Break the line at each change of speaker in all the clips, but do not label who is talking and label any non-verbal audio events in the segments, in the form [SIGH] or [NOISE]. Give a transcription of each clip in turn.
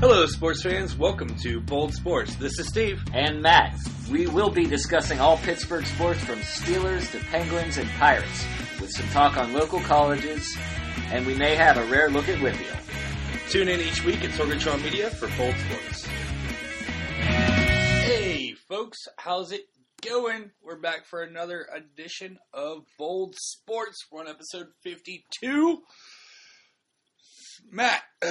Hello, sports fans. Welcome to Bold Sports. This is Steve.
and Matt. We will be discussing all Pittsburgh sports from Steelers to Penguins and Pirates, with some talk on local colleges, and we may have a rare look at Whitfield.
Tune in each week at Sorgatron Media for Bold Sports.
Hey, folks, how's it going? We're back for another edition of Bold Sports. We're on episode 52. Matt, [SIGHS]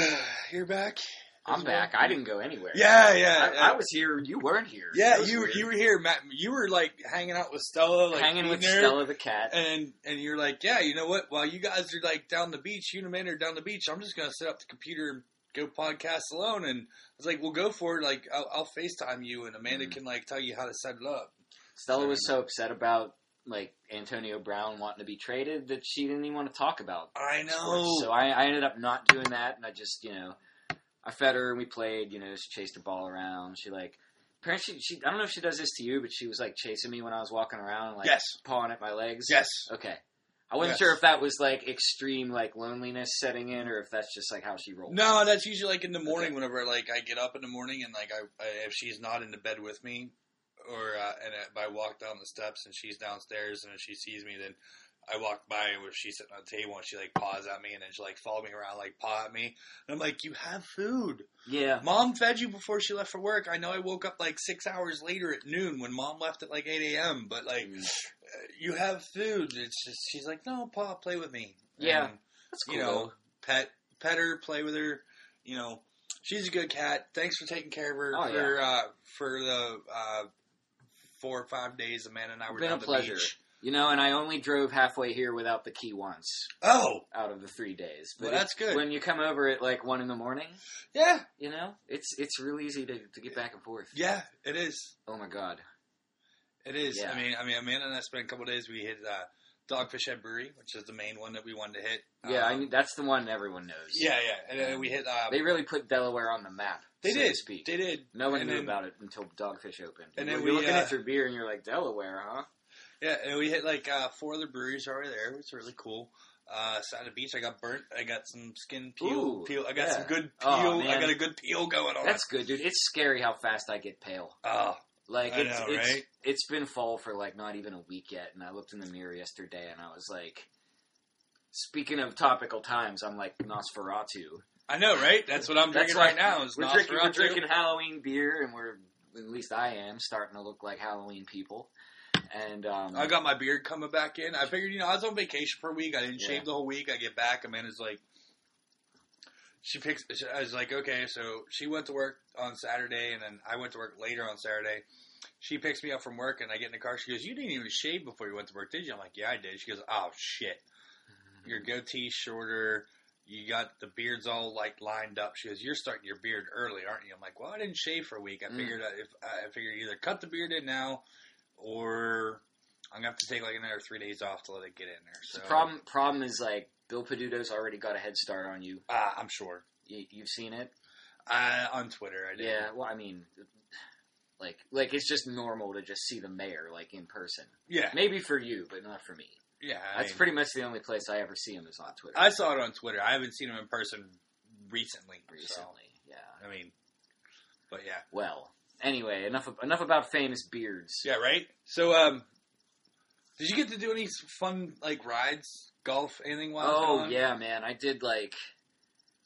you're back.
I'm back. I didn't go anywhere.
Yeah, yeah.
I, I was here. You weren't here. That
yeah,
was
you were,
weird.
you were here, Matt. You were like hanging out with Stella, like
hanging with
eating her,
Stella the cat.
And and you're like, yeah, you know what? While you guys are like down the beach, you and Amanda are down the beach. I'm just gonna set up the computer and go podcast alone. And I was like, well, go for it. Like, I'll, I'll Facetime you, and Amanda
Mhm.
can like tell you how to set it up.
Stella was so upset about like Antonio Brown wanting to be traded that she didn't even want to talk about
I
sports.
know.
So I, I ended up not doing that, and I just you know, I fed her and we played. You know, she chased the ball around. She like apparently she, she I don't know if she does this to you, but she was like chasing me when I was walking around, like
yes,
pawing at my legs.
yes.
Okay. I wasn't
Yes.
sure if that was like extreme like loneliness setting in, or if that's just like how she rolled.
No, that's usually like in the morning. Whenever like I get up in the morning and like I, I if she's not in the bed with me, or uh, and if I walk down the steps and she's downstairs and if she sees me, then I walk by and if she's sitting on the table and she like paws at me and then she like follow me around like paw at me and I'm like, you have food.
Yeah.
Mom fed you before she left for work. I know I woke up like six hours later at noon when mom left at like eight a.m. But like,
Mm.
uh, you have food. It's just she's like, no, pa, play with me.
Yeah.
And,
That's cool.
you know, pet pet her, play with her. You know, she's a good cat. Thanks for taking care of her
Oh,
for uh, for the uh, four or five days Amanda and I were
Been a
down the
pleasure.
beach.
you know, and I only drove halfway here without the key once.
Oh,
out of the three days.
Well,
it-
that's good.
When you come over at like one in the morning,
yeah,
you know, it's it's real easy to, to get back and forth.
yeah, it is.
Oh my god.
It is.
Yeah.
I mean, I mean, Amanda and I spent a couple days. We hit uh, Dogfish Head Brewery, which is the main one that we wanted to hit.
Yeah, I
Um,
mean, that's the one everyone knows.
Yeah, yeah, and then we hit. Um,
They really put Delaware on the map.
They
so
did.
To speak.
they did.
no one
and
knew
then-
about it until Dogfish opened.
and then
You- you're
we,
looking
uh,
at your beer and you're like Delaware, huh?
Yeah, and we hit like uh, four other breweries already there. It was really cool. Uh, sat on the beach. I got burnt. I got some skin peel.
Ooh,
peel. I got
yeah.
some good peel.
Aw, man.
I got a good peel going on.
That's good, dude. It's scary how fast I get pale.
oh,
Like
I
it's
know,
it's
right?
it's been fall for like not even a week yet, and I looked in the mirror yesterday and I was like. Speaking of topical times, I'm like Nosferatu.
I know, right? That's what I'm
That's
drinking
like-
right now. Is
We're drinking, we're
Nosferatu.
drinking Halloween beer, and we're at least I am starting to look like Halloween people. And um,
I got my beard coming back in. I figured, you know, I was on vacation for a week. I didn't
Yeah.
shave the whole week. I get back. Amanda's like, she picks. she- I was like, okay, so she went to work on Saturday, and then I went to work later on Saturday. She picks me up from work, and I get in the car. She goes, "You didn't even shave before you went to work, did you?" I'm like, "Yeah, I did." She goes, "Oh shit, your goatee's shorter. You got the beards all like lined up." She goes, "You're starting your beard early, aren't you?" I'm like, "Well, I didn't shave for a week. I
Mm.
figured I if I figured either cut the beard in now, or I'm gonna have to take like another three days off to let it get in there." So
the problem problem is like Bill Peduto's already got a head start on you.
uh, I'm sure.
you you've seen it,
Uh, on Twitter, I did.
yeah. Well, I mean, like like it's just normal to just see the mayor like in person.
yeah,
Maybe for you, but not for me.
yeah. I
That's
mean,
pretty much the only place I ever see him is on Twitter.
I saw it on Twitter. I haven't seen him in person recently. so,
recently, yeah.
I mean, but yeah.
Well, anyway, enough ab- enough about famous beards.
Yeah, right. So, um, did you get to do any fun like rides, golf, anything? While I was
Oh
gone?
yeah, man! I did like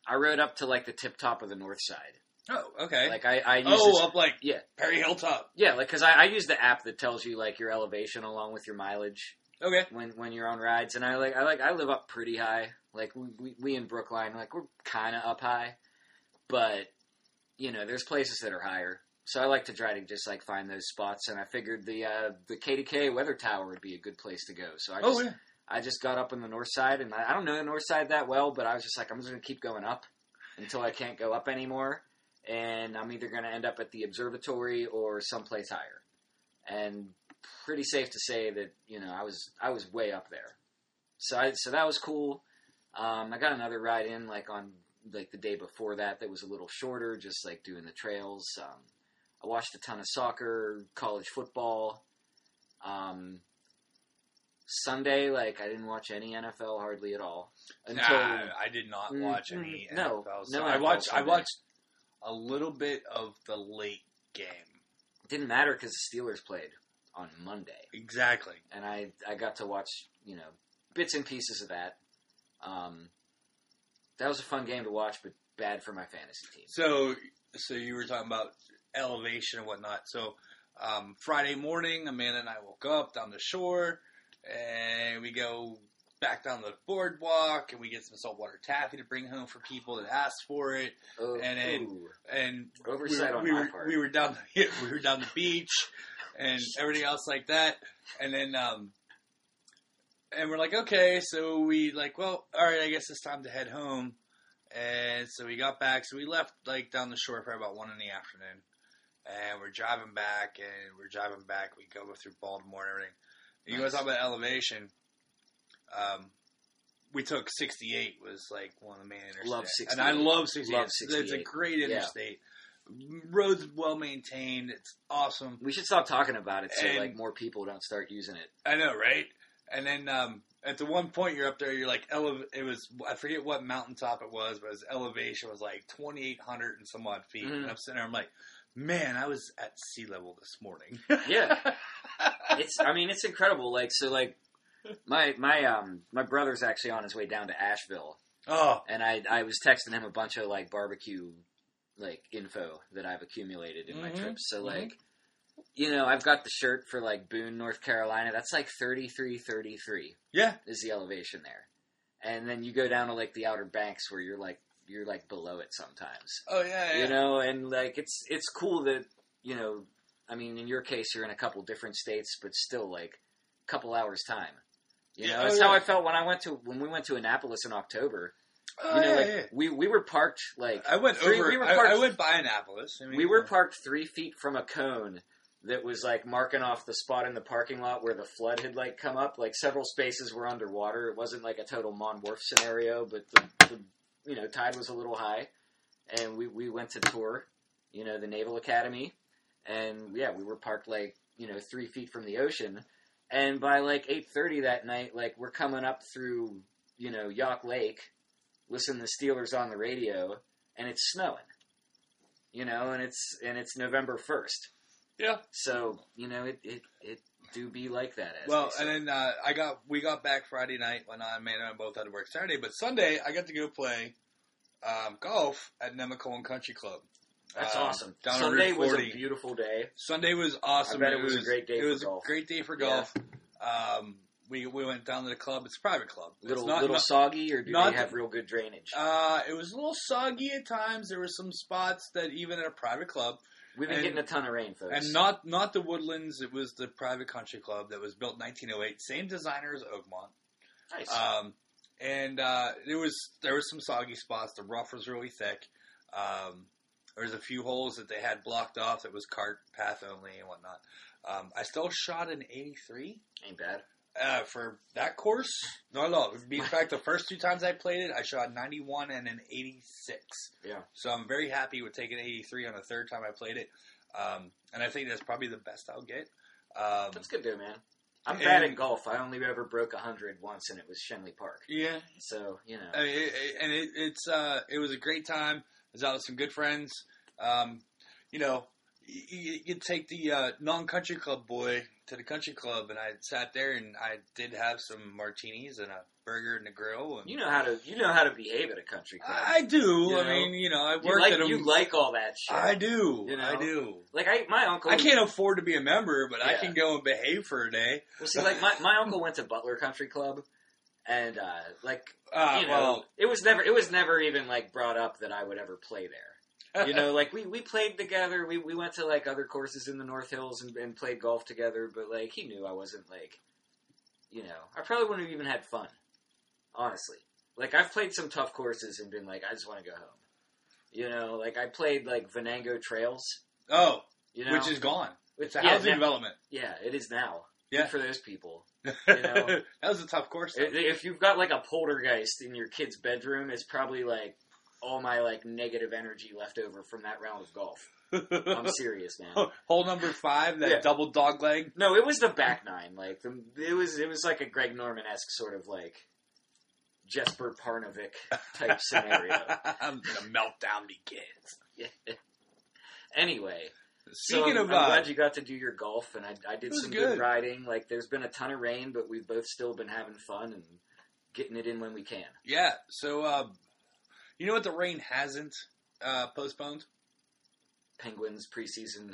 I rode up to like the tip top of the north side.
Oh, okay.
Like I, I used
oh,
this-
up like
yeah,
Perry Hilltop.
yeah, like because I, I use the app that tells you like your elevation along with your mileage
Okay.
when when you're on rides, and I like I like I live up pretty high. Like we we, we in Brookline, like we're kind of up high, but you know there's places that are higher. So I like to try to just like find those spots, and I figured the uh, the KDK weather tower would be a good place to go. So I just
Oh, yeah.
I just got up on the north side, and I, I don't know the north side that well, but I was just like, I'm just gonna keep going up until I can't go up anymore, and I'm either gonna end up at the observatory or someplace higher. And pretty safe to say that you know I was I was way up there, so I, so that was cool. Um, I got another ride in like on like the day before that that was a little shorter, just like doing the trails. Um, I watched a ton of soccer, college football. Um, Sunday, like I didn't watch any NFL hardly at all until
Nah, I did not watch
Mm,
any
mm, no,
NFL.
no
I
NFL
watched. I
Sunday.
watched. a little bit of the late game.
Didn't matter because the Steelers played on Monday.
Exactly.
and I I got to watch you know bits and pieces of that. Um, that was a fun game to watch, but bad for my fantasy team.
So, so you were talking about elevation and whatnot. So, um, Friday morning, Amanda and I woke up down the shore, and we go back down the boardwalk, and we get some saltwater taffy to bring home for people that asked for it.
Oh,
And it-
ooh,
And we
oversight
were,
on
we
my
were,
part.
we were down the [LAUGHS] we were down the beach, and everything else like that. And then, um, and we're like, okay, so we like, well, all right, I guess it's time to head home. And so we got back. So we left like down the shore for about one in the afternoon, and we're driving back, and we're driving back. We go through Baltimore and everything. You guys
Nice.
talk about elevation. Um, we took 68 was like one of the main interstates,
Love
and I
68.
love 68.
Love
It's a
68.
great
Yeah.
interstate. Roads well maintained. It's awesome.
we should stop talking about it so
And-
like more people don't start using it.
[LAUGHS] I know, right? And then um, at the one point you're up there, you're like ele- It was I forget what mountaintop it was, but his elevation was like 2,800 and some odd feet.
Mhm.
And I'm sitting there, I'm like, man, I was at sea level this morning. [LAUGHS]
Yeah, it's I mean it's incredible. Like so like my my um my brother's actually on his way down to Asheville,
oh,
and I I was texting him a bunch of like barbecue like info that I've accumulated in my
Mhm,
trips. So
mhm.
like you know, I've got the shirt for like Boone, North Carolina. That's like 33 33
yeah,
is the elevation there. And then you go down to like the outer banks where you're like you're like below it sometimes.
oh yeah, yeah.
You know, and like it's it's cool that, you know, I mean in your case you're in a couple different states but still like a couple hours time. You
Yeah,
know,
oh,
it's how
yeah.
I felt when I went to when we went to Annapolis in October
Oh,
you know,
yeah,
like
yeah.
we we were parked like
I went
three-
over.
we were
I,
parked-
I went by Annapolis. I mean,
we were parked three feet from a cone that was like marking off the spot in the parking lot where the flood had like come up. Like several spaces were underwater. It wasn't like a total Mon Wharf scenario, but the, the you know tide was a little high, and we we went to tour, you know, the Naval Academy, and yeah, we were parked like you know three feet from the ocean, and by like eight thirty that night, like we're coming up through you know Yacht Lake, listen to the Steelers on the radio, and it's snowing you know, and it's and it's November first.
yeah.
So you know, it it, it do be like that. As
Well,
they say.
and then uh, I got we got back Friday night when I man and I both had to work Saturday, but Sunday I got to go play um, golf at Nemacolin Country Club.
that's
uh,
awesome.
down on
Sunday
Route
was a
40.
beautiful day.
Sunday was awesome.
I bet it was a great day
It
for
was
golf.
a great day for
Yeah.
golf. Um, we we went down to the club. It's a private club. It's
Little
not-
little
not-
soggy, or do
not-
they have real good drainage?
uh, it was a little soggy at times. There were some spots that even at a private club,
We've been
and-
getting a ton of rain, folks.
and not not the Woodlands. It was the private country club that was built in 1908. Same designer as Oakmont.
nice.
Um, and uh, there was there was some soggy spots. The rough was really thick. Um, there was a few holes that they had blocked off that was cart path only and whatnot. Um, I still shot an 83
Ain't bad.
uh, for that course. No, no. In
[LAUGHS]
fact, the first two times I played it, I shot 91 and an 86.
Yeah.
So I'm very happy with taking 83 on the third time I played it. Um, and I think that's probably the best I'll get. Um,
That's good, though, man. I'm bad at
and-
golf. I only ever broke hundred once, and it was Shenley Park.
yeah,
So you know,
I mean, it, it, and it, it's uh, it was a great time. I was out with some good friends. Um, you know, you, you take the uh, non-country club boy to the country club, and I sat there and I did have some martinis and a burger and a grill. And
you know how to you know how to behave at a country club.
I, I do.
You
I
know,
mean, you know, I
you
worked
like
at them.
you like all that shit.
I do.
You know?
I do.
like I my uncle.
I can't afford to be a member, but I
Yeah.
can go and behave for a day.
Well, see, like my, my uncle went to Butler Country Club, and uh, like
Uh,
you know,
well,
it was never it was never even like brought up that I would ever play there. You know, like we, we played together. We, we went to like other courses in the North Hills and, and played golf together. But like he knew I wasn't like, you know, I probably wouldn't have even had fun, honestly. Like I've played some tough courses and been like, I just want to go home. You know, like I played like Venango Trails.
[LAUGHS] oh,
You know,
which is gone. It's a
yeah,
housing
now-
development.
yeah, it is now.
Yeah.
Good for those people.
[LAUGHS]
You know?
that was a tough course. though.
If if you've got like a poltergeist in your kid's bedroom, it's probably like all my like negative energy left over from that round of golf. I'm serious, man.
[LAUGHS] Hole number five, that
Yeah.
double dog leg.
[LAUGHS]
[LAUGHS]
No, it was the back nine. Like the, it was, it was like a Greg Norman esque sort of like Jesper Parnovic
[LAUGHS]
type scenario.
I'm gonna melt down the kids.
Anyway,
Speaking
so I'm,
of,
I'm
uh,
glad you got to do your golf, and I, I
It
did
was
some
good.
good riding. Like, there's been a ton of rain, but we've both still been having fun and getting it in when we can.
yeah. So, uh, you know what? The rain hasn't uh, postponed.
Penguins preseason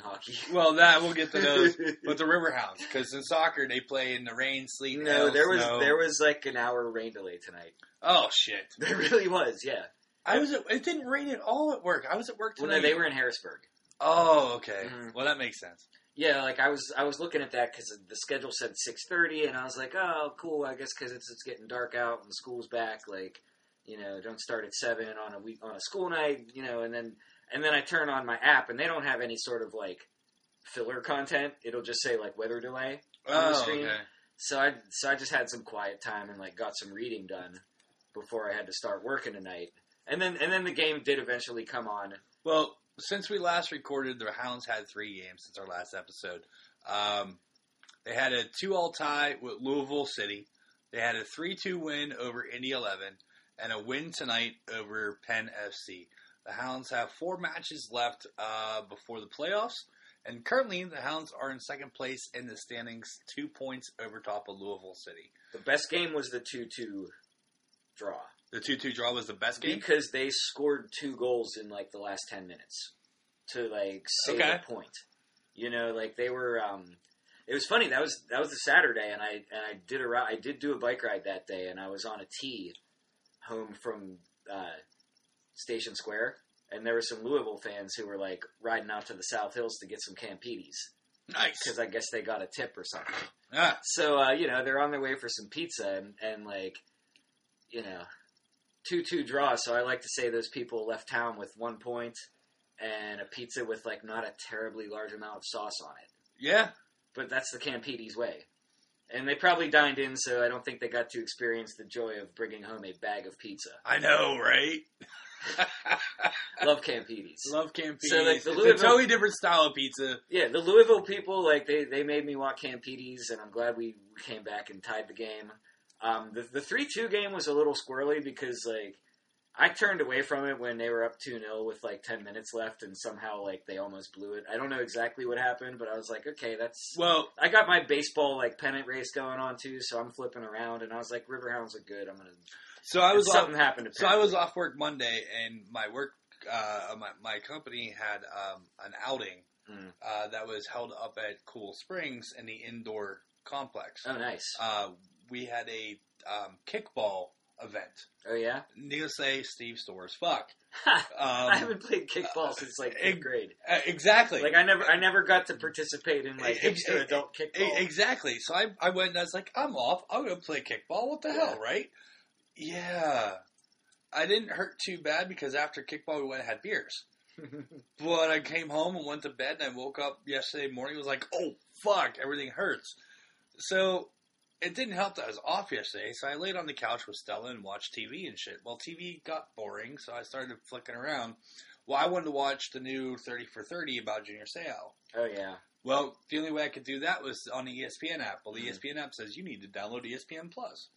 [LAUGHS]
hockey.
Well, that we'll [LAUGHS] get to
[LAUGHS]
those. but the river house, because in soccer they play in the rain, sleet.
no, there was
snow.
there was like an hour rain delay tonight. [LAUGHS]
Oh shit!
There really was, yeah.
I was. At, it didn't rain at all at work. I was at work
Well,
tonight.
no, they were in Harrisburg.
Oh, okay.
Mhm.
Well, that makes sense.
Yeah, like I was, I was looking at that because the schedule said six thirty, and I was like, oh, cool. I guess because it's it's getting dark out and school's back. Like, you know, don't start at seven on a week on a school night. You know, and then and then I turn on my app, and they don't have any sort of like filler content. It'll just say like weather delay. On the
Oh,
screen.
okay.
So I so I just had some quiet time and like got some reading done before I had to start working tonight. And then and then the game did eventually come on.
Well, since we last recorded, the Hounds had three games since our last episode. Um, they had a two-all tie with Louisville City. They had a three-two win over Indy Eleven, and a win tonight over Penn FC. The Hounds have four matches left uh, before the playoffs, and currently the Hounds are in second place in the standings, two points over top of Louisville City.
The best game was the two two draw.
The two-two draw was the best game.
Because they scored two goals in like the last ten minutes to like save
Okay.
a point. You know, like they were. Um, it was funny. That was that was a Saturday, and I and I did a ri- I did do a bike ride that day, and I was on a tee home from uh, Station Square, and there were some Louisville fans who were like riding out to the South Hills to get some Campedes
Nice.
because I guess they got a tip or something.
Ah,
So uh, you know they're on their way for some pizza and, and like, you know, two two draw. So I like to say those people left town with one point and a pizza with like not a terribly large amount of sauce on it.
yeah.
But that's the Campedes way. And they probably dined in, so I don't think they got to experience the joy of bringing home a bag of pizza.
I know, right?
Love Campedes.
Love Campedes.
So, like, the
it's a
Louisville-
totally different style of pizza.
Yeah, the Louisville people like they, they made me want Campedes, and I'm glad we we came back and tied the game. Um, the the three two game was a little squirrely because like I turned away from it when they were up two 0 with like ten minutes left, and somehow like they almost blew it. I don't know exactly what happened, but I was like, okay, that's.
Well,
I got my baseball like pennant race going on too, so I'm flipping around, and I was like, Riverhounds are good. I'm gonna.
so I
And
was off,
something happened to.
so I was off work Monday, and my work, uh, my my company had um, an outing
Mm.
uh, that was held up at Cool Springs in the indoor complex.
Oh nice.
Uh, we had a um, kickball event.
oh yeah.
Needless to say, Steve sore as fuck. [LAUGHS]
Ha! I
Um,
haven't played kickball since like
uh,
fifth grade.
uh, exactly.
Like I never, I never got to participate in like
Eh, eh,
hipster
eh,
adult
E-
kickball.
Exactly. So I, I went and I was like, I'm off. I'm going to play kickball. What the hell, right? Yeah. I didn't hurt too bad because after kickball, we went and had beers. But I came home and went to bed and I woke up yesterday morning. was like, oh, fuck, everything hurts. So it didn't help that I was off yesterday. So I laid on the couch with Stella and watched TV and shit. Well, TV got boring, so I started flicking around. Well, I wanted to watch the new 30 for 30 about Junior Seau.
[LAUGHS] oh yeah,
Well, the only way I could do that was on the E ESPN app. Well, the
Mhm.
ESPN app says you need to download E ESPN Plus.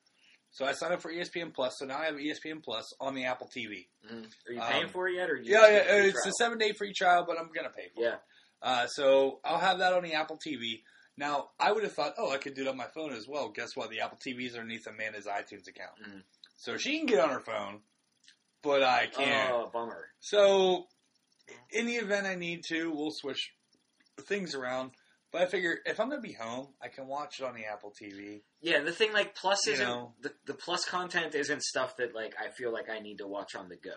So I signed up for E ESPN Plus. So now I have E ESPN Plus on the Apple TV.
Mm-hmm. are you paying
Um,
for E it yet, or you
Yeah,
just
yeah,
get free
it's a
trial?
seven day free trial, but I'm gonna pay for it.
yeah.
Uh, so I'll have that on the Apple TV. Now I would have thought, oh, I could do it on my phone as well. Guess what? The Apple TV is underneath Amanda's iTunes account,
Mhm.
so she can get on her phone, but I can't.
Oh bummer.
So, in the event I need to, we'll switch things around. But I figure if I'm gonna be home, I can watch it on the Apple TV.
Yeah, the thing like plus
You
isn't
know.
the, the plus content isn't stuff that like I feel like I need to watch on the go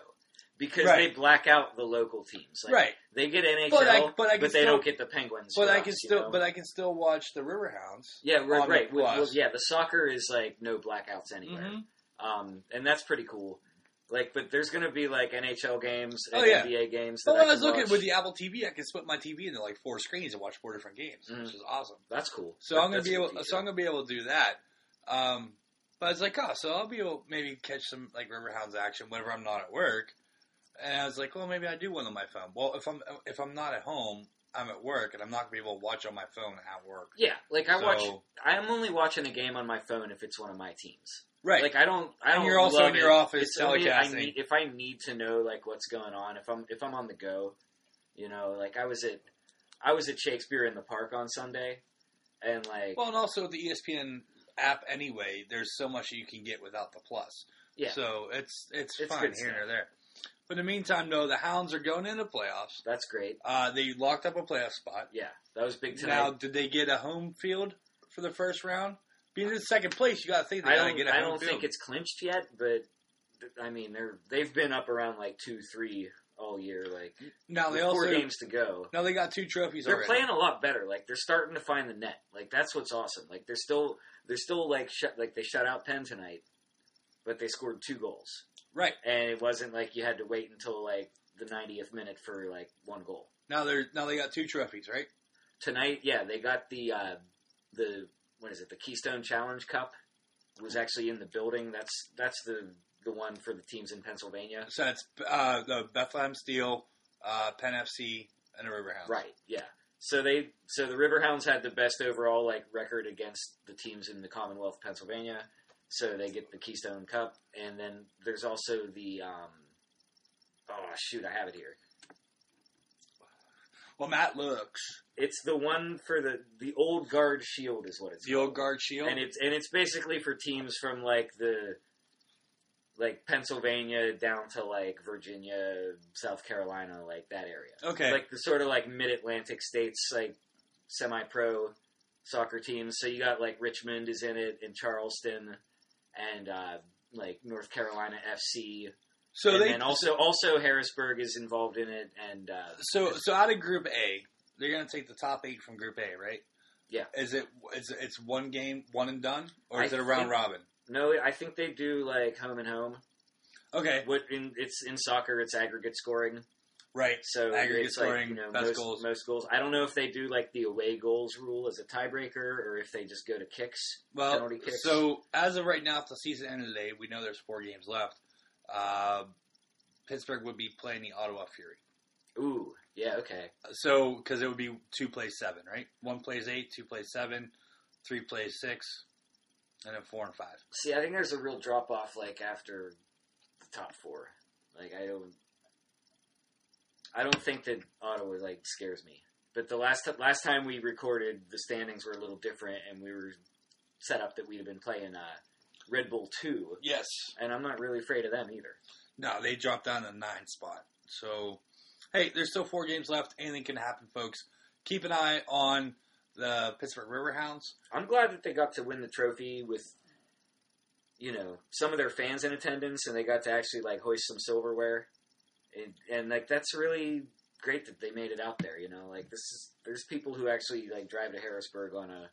because
Right.
they black out the local teams. Like,
right,
They get NHL,
But
but,
I- but I can
they
still-
don't get the Penguins.
but
for
I
us,
can
you
still,
know?
but I can still watch the Riverhounds.
yeah, we're,
on the
right. Well,
plus.
well, yeah, the soccer is like no blackouts anywhere.
Mhm.
um, and that's pretty cool. Like, but there's going to be like NHL games and
Oh, yeah.
NBA games. That
But
I
when I
can
was looking
watch.
with the Apple TV, I can split my TV into like four screens and watch four different games,
Mhm.
which is awesome.
that's cool.
So
That-
I'm gonna
that's
be
a good
able,
feature.
so I'm gonna be able to do that. Um, but it's like, oh, so I'll be able maybe catch some like Riverhounds action whenever I'm not at work. And I was like, well, maybe I do one on my phone. Well, if I'm if I'm not at home, I'm at work, and I'm not gonna be able to watch on my phone at work.
yeah, like I watch.
So-
I'm only watching a game on my phone if it's one of my teams.
Right.
Like I don't, I
And
don't.
you're also
love
in your
it.
office
It's only I
telecasting.
need, if I need to know like what's going on, if I'm if I'm on the go, you know, like I was at, I was at Shakespeare in the Park on Sunday, and like
well, and also with the E ESPN app anyway, there's so much you can get without the plus.
Yeah.
So it's it's,
It's
fine
good
here
stuff.
and there. But in the meantime, though, the Hounds are going into playoffs.
that's great.
Uh, they locked up a playoff spot.
Yeah, that was big tonight.
Now, did they get a home field for the first round? Being in second place, you got to think they
I
got to
don't,
get a
I
home
don't
field.
think it's clinched yet, but th- I mean they're they've been up around like two, three all year. Like
now they
with four
also
games to go.
now they got two trophies
They're
already.
playing a lot better. Like they're starting to find the net. Like that's what's awesome. Like they're still they're still like shut like they shut out Penn tonight, but they scored two goals,
right
and it wasn't like you had to wait until like the 90th minute for like one goal.
now they're now they got two trophies. Right.
Tonight, yeah, they got the uh, the what is it? The Keystone Challenge Cup was actually in the building. That's that's the the one for the teams in Pennsylvania.
So that's uh, the Bethlehem Steel, uh, Penn FC, and the Riverhounds.
Right. Yeah. So they so the Riverhounds had the best overall like record against the teams in the Commonwealth of Pennsylvania. So they get the Keystone Cup, and then there's also the um, oh shoot, I have it here.
Well, Matt looks
It's the one for the the Old Guard Shield is what it's
the old
called.
guard shield.
and it's and it's basically for teams from like the like Pennsylvania down to like Virginia, South Carolina, like that area.
okay.
like the sort of like mid Atlantic states, like semi pro soccer teams. So you got like Richmond is in it, and Charleston, and uh, like North Carolina FC,
so
and
they
then also also Harrisburg is involved in it, and uh,
so so out of Group A, they're going to take the top eight from Group A, right?
Yeah.
Is it is it- it's one game, one and done, or is
I
it a round
think-
robin?
no, I think they do like home and home.
Okay.
What in it's in soccer, it's aggregate scoring.
Right.
So
Aggregate
it's
scoring,
like, you know,
best
most,
goals.
most goals. I don't know if they do like the away goals rule as a tiebreaker, or if they just go to kicks.
Well,
penalty kicks.
so as of right now, if the season ended today, we know there's four games left. Uh, Pittsburgh would be playing the Ottawa Fury.
Ooh, yeah, okay.
So, because it would be two plays seven, right? One plays eight, two plays seven, three plays six, and then four and five.
See, I think there's a real drop off like after the top four. Like I don't, I don't think that Ottawa like scares me. But the last t- last time we recorded, the standings were a little different, and we were set up that we'd have been playing uh, Red Bull two,
Yes.
and I'm not really afraid of them either.
No, they dropped down to nine spot. So, hey, there's still four games left. Anything can happen, folks. Keep an eye on the Pittsburgh Riverhounds.
I'm glad that they got to win the trophy with, you know, some of their fans in attendance, and they got to actually like hoist some silverware, and, and like that's really great that they made it out there. You know, like this is there's people who actually like drive to Harrisburg on a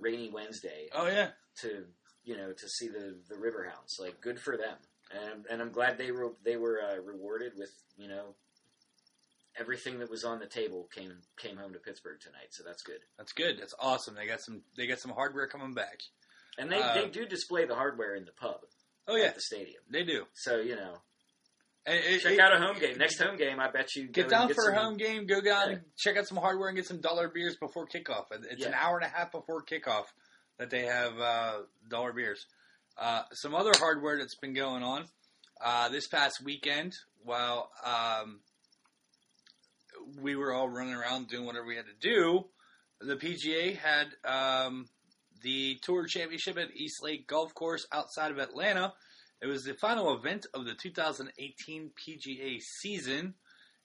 rainy Wednesday
Oh yeah,
to you know to see the the Riverhounds. Like good for them, and and I'm glad they were they were uh, rewarded with you know. Everything that was on the table came came home to Pittsburgh tonight, so that's good.
that's good. That's awesome. They got some. They got some hardware coming back.
And they,
Uh,
they do display the hardware in the pub.
Oh yeah,
at the stadium.
they do.
So you know,
And it-
check
it-
out a home game. Next home game, I bet you
Get
go
down
and
for a
some-
home game. Go down,
Yeah.
check out some hardware, and get some dollar beers before kickoff. It- It's an
Yeah.
hour and a half before kickoff that they have uh, dollar beers. Uh, some other hardware that's been going on uh, this past weekend. While um, we were all running around doing whatever we had to do, the PGA had um, the Tour Championship at East Lake Golf Course outside of Atlanta. It was the final event of the 2018 PGA season,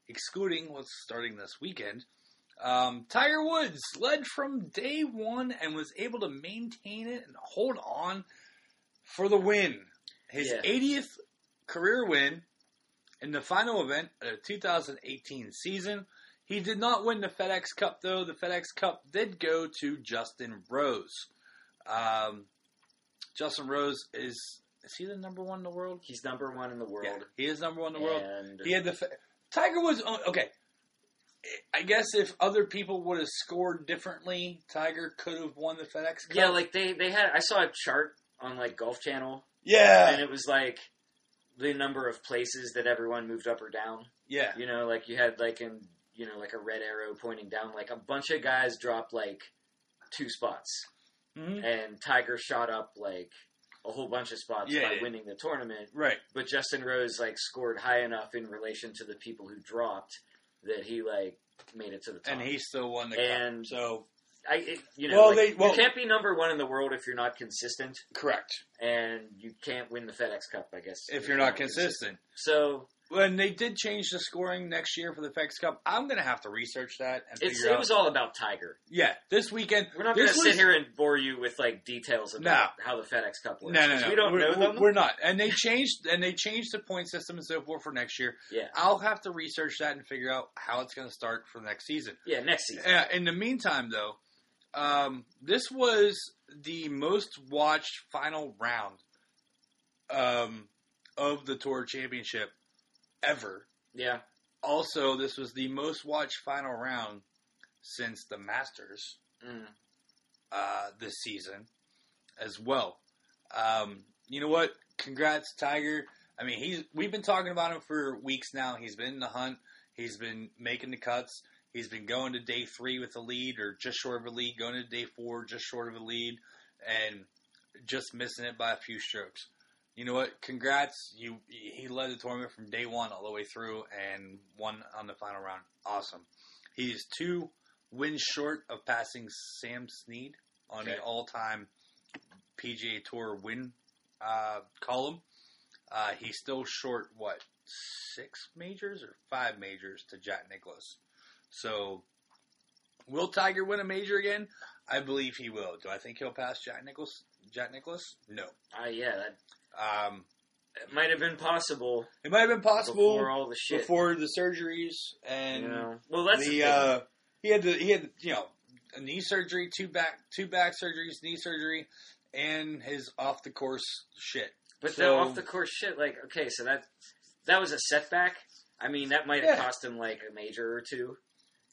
excluding what's starting this weekend. Um, Tiger Woods led from day one and was able to maintain it and hold on for the win. His
Yeah.
80th career win in the final event of the 2018 season. He did not win the FedEx Cup, though. The FedEx Cup did go to Justin Rose. Um, Justin Rose is is he the number one in the world?
He's number one in the world.
Yeah, he is number one in the world.
And
He had the fa- Tiger Woods. oh, Okay, I guess if other people would have scored differently, Tiger could have won the FedEx Cup.
yeah, like they they had. I saw a chart on like Golf Channel, and
yeah,
it was like the number of places that everyone moved up or down.
yeah.
You know, like you had like in you know like a red arrow pointing down. Like a bunch of guys dropped like two spots,
Mhm.
and Tiger shot up like a whole bunch of spots
Yeah,
by
yeah.
winning the tournament.
Right.
But Justin Rose like scored high enough in relation to the people who dropped that he like made it to the top.
And he still won the
And-
cup. So
I, it, you know,
Well,
like,
they- well-
you can't be number one in the world if you're not consistent,
correct.
and you can't win the FedEx Cup, I guess,
If you're not consistent.
So
When they did change the scoring next year for the FedEx Cup, I'm gonna have to research that and
it's,
figure
it
out.
was all about Tiger.
yeah, this weekend
We're not going
this
to sit
was-
here and bore you with like details about how the FedEx Cup works.
No, no,
'cause
no.
We don't
are
know them.
We're not. And they changed and they changed the point system and so forth for next year.
yeah,
I'll have to research that and figure out how it's going to start for next season.
yeah. Next season,
Uh, in the meantime, though, um, this was the most watched final round um, of the Tour Championship ever.
yeah.
Also, this was the most watched final round since the Masters
Mm.
uh, this season as well. Um, you know what? Congrats, Tiger. I mean, he's we've been talking about him for weeks now. He's been in the hunt. He's been making the cuts. He's been going to day three with a lead, or just short of a lead. Going to day four, just short of a lead, and just missing it by a few strokes. You know what? Congrats. You he led the tournament from day one all the way through and won on the final round. Awesome. He's two wins short of passing Sam Snead on the
Okay.
all-time PGA Tour win uh, column. Uh, he's still short what six majors or five majors to Jack Nicklaus. So, will Tiger win a major again? I believe he will. Do I think he'll pass Jack Nicholas? Jack Nicholas? No.
Uh, yeah, that
Um,
it might have been possible
it might have been possible
before
before,
all the shit.
the surgeries and
you know? well, that's the
the
thing.
uh, he had the he had you know a knee surgery, two back two back surgeries, knee surgery, and his off the course shit.
But
So-
the off the course shit, like okay, so that that was a setback. I mean, that might have
Yeah.
cost him like a major or two,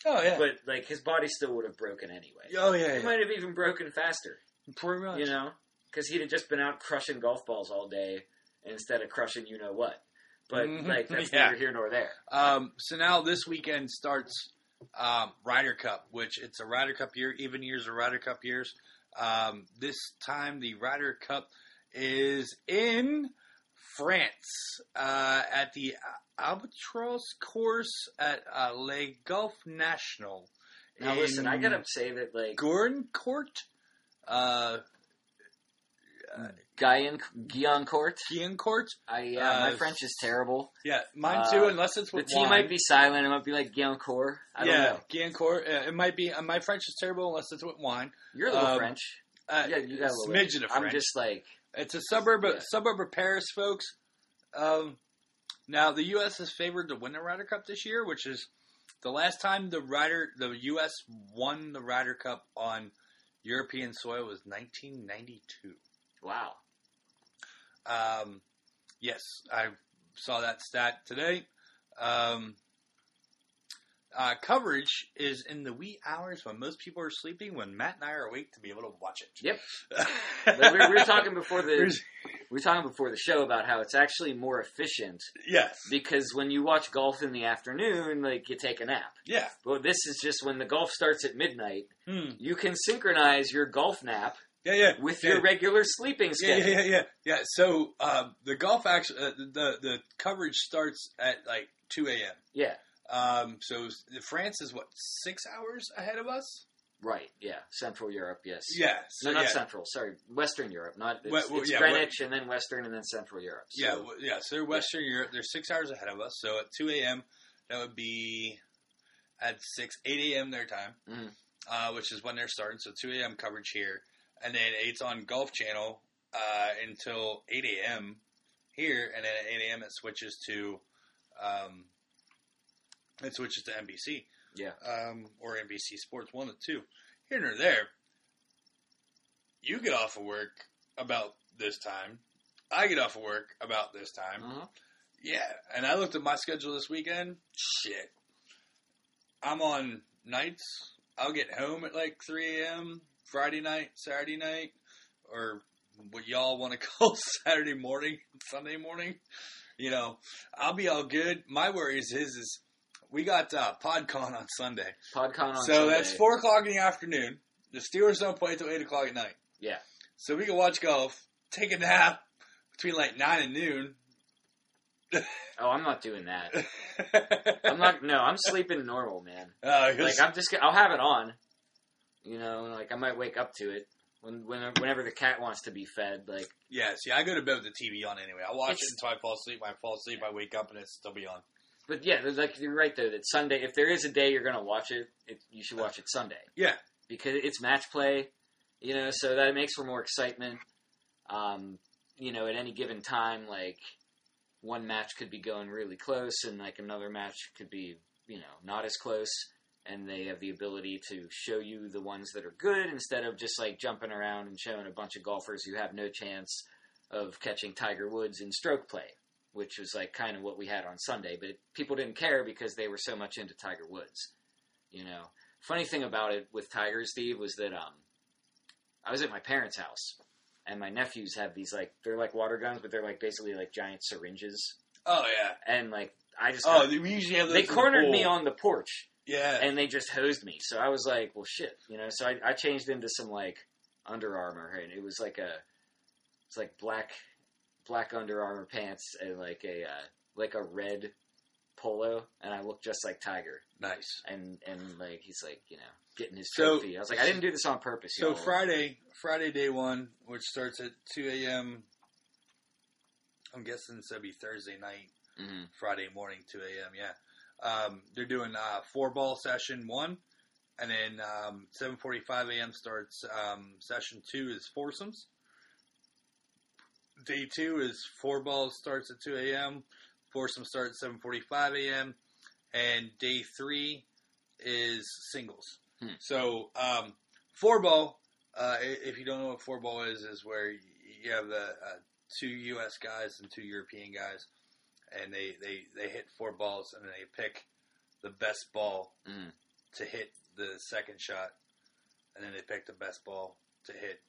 Oh yeah.
but like his body still would have broken anyway.
oh yeah.
It
yeah.
might have even broken faster,
Pretty much.
you know, because he'd have just been out crushing golf balls all day instead of crushing you know what. But
Mhm.
like
[LAUGHS]
that's
Yeah.
neither here nor there.
Um, so now this weekend starts um, Ryder Cup, which it's a Ryder Cup year. Even years are Ryder Cup years. Um, this time the Ryder Cup is in France uh, at the Albatross course at uh, Le Golf National.
Now listen, I
in
gotta say that like
Gourcourt, uh,
Guyan Guyancourt,
Guillancourt.
I yeah,
Uh,
my French is terrible.
Yeah, mine too.
Uh,
unless it's
The
with
T
wine.
might be silent. It might be like Guyancourt. I don't
yeah,
know.
Guillancourt. Uh, it might be. Uh, my French is terrible unless it's with wine.
You're a little
Um,
French.
Uh,
Yeah, you got a little.
smidgen of
I'm
French.
just like
It's a suburb of,
Yeah.
suburb of Paris, folks. Um, now the U.S. is favored to win the Ryder Cup this year, which is the last time the Ryder the U.S. won the Ryder Cup on European soil was 1992.
wow.
Um, yes, I saw that stat today. Um, uh, coverage is in the wee hours when most people are sleeping, when Matt and I are awake to be able to watch it.
Yep. But [LAUGHS] we,
[LAUGHS]
were, we were talking before the
There's-
we were talking before the show about how it's actually more efficient
yes.
because when you watch golf in the afternoon, like you take a nap.
Yeah.
But this is just when the golf starts at midnight.
Hmm.
You can synchronize your golf nap
Yeah, yeah.
with
yeah.
your regular sleeping
yeah,
schedule.
yeah, yeah, yeah, yeah. So um, the golf action, uh, the the coverage starts at like two a.m.
Yeah,
Um, so s- France is what six hours ahead of us.
right. Yeah, Central Europe. Yes.
Yeah, so,
No, not
yeah,
Central. Sorry, Western Europe. Not it's,
Well, well,
it's
yeah,
Greenwich and then Western and then Central Europe. So,
yeah, w- yeah. So they're Western Europe. They're six hours ahead of us. So at two a.m. that would be at six eight a.m. their time,
Mhm.
uh, which is when they're starting. So two a.m. coverage here, and then it's on Golf Channel uh, until eight a.m. here, and then at eight a.m. it switches to um, it switches to NBC
yeah.
um, or NBC Sports one or two here nor there. You get off of work about this time. I get off of work about this time.
Mhm.
Yeah, and I looked at my schedule this weekend. Shit, I'm on nights. I'll get home at like 3 a.m. Friday night, Saturday night, or what y'all want to [LAUGHS] call Saturday morning, Sunday morning. You know, I'll be all good. My worry is his is we got uh, PodCon on Sunday,
PodCon on
so that's
Sunday.
four o'clock in the afternoon. The Steelers don't play till eight o'clock at night.
Yeah.
So we can watch golf take a nap between like nine and noon. [LAUGHS]
Oh, I'm not doing that. I'm not. No, I'm sleeping normal, man.
Uh, you'll
[LAUGHS] Like I'm just. gonna- I'll have it on. You know, like I might wake up to it when, when whenever the cat wants to be fed. Like
Yeah, see, I go to bed with the TV on anyway. I watch
It's-
it until I fall asleep. When I fall asleep, I wake up and it's still be on.
But yeah, there's like you're right though. That Sunday, if there is a day you're gonna watch it, it you should watch it Sunday.
Yeah.
because it's match play, you know, so that makes for more excitement. Um, you know, at any given time, like one match could be going really close, and like another match could be, you know, not as close. And they have the ability to show you the ones that are good instead of just like jumping around and showing a bunch of golfers who have no chance of catching Tiger Woods in stroke play which was like kind of what we had on Sunday, but it, people didn't care because they were so much into Tiger Woods. You know, funny thing about it with Tiger Steve was that um, I was at my parents' house, and my nephews have these like they're like water guns, but they're like basically like giant syringes,
Oh yeah.
and like I just
Oh, we usually have. Those
they
in the
cornered me
pool.
on the porch
Yeah.
and they just hosed me. So I was like, well, shit, you know. So I, I changed into some like Under Armour, and it was like a, it's like black, black Under Armour pants and like a uh, like a red polo, and I looked just like Tiger.
nice.
And and like he's like you know getting his
So-
trophy. I was like, I didn't do this on purpose.
So
y'all.
Friday, Friday day one, which starts at two a.m. I'm guessing this will be Thursday night,
Mhm.
Friday morning, two a.m. Yeah, um, they're doing uh, four ball session one, and then um, seven forty-five a.m. starts um, session two is foursomes. Day two is four ball starts at two a.m. Foursome starts seven forty-five a.m. and day three is singles.
Hmm.
So um, four ball. Uh, i- if you don't know what four ball is, is where y- you have the uh, two U.S. guys and two European guys, and they, they, they hit four balls and then they pick the best ball
Mm.
to hit the second shot, and then they pick the best ball to hit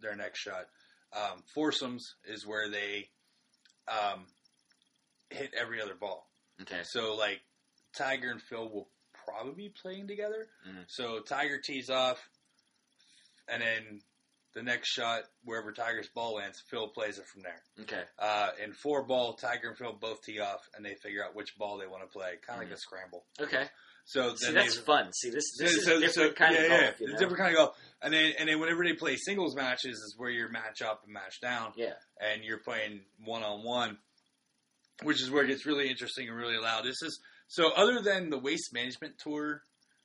their next shot. Um, foursomes is where they um, hit every other ball.
Okay.
So like Tiger and Phil will probably be playing together.
Mhm.
So Tiger tees off, and then the next shot, wherever Tiger's ball lands, Phil plays it from there.
Okay.
Uh, in four ball, Tiger and Phil both tee off, and they figure out which ball they want to play, kind of like a scramble.
Okay.
So
Mm. See,
then
that's
they,
fun. See, this this is different kind
yeah,
of
yeah,
golf. you
it's
know?
different kind of golf. And then and then whenever they play singles matches, is where you're match up and match down
Yeah.
and you're playing one on one, which is where it gets really interesting and really loud. This is so other than the waste management tour,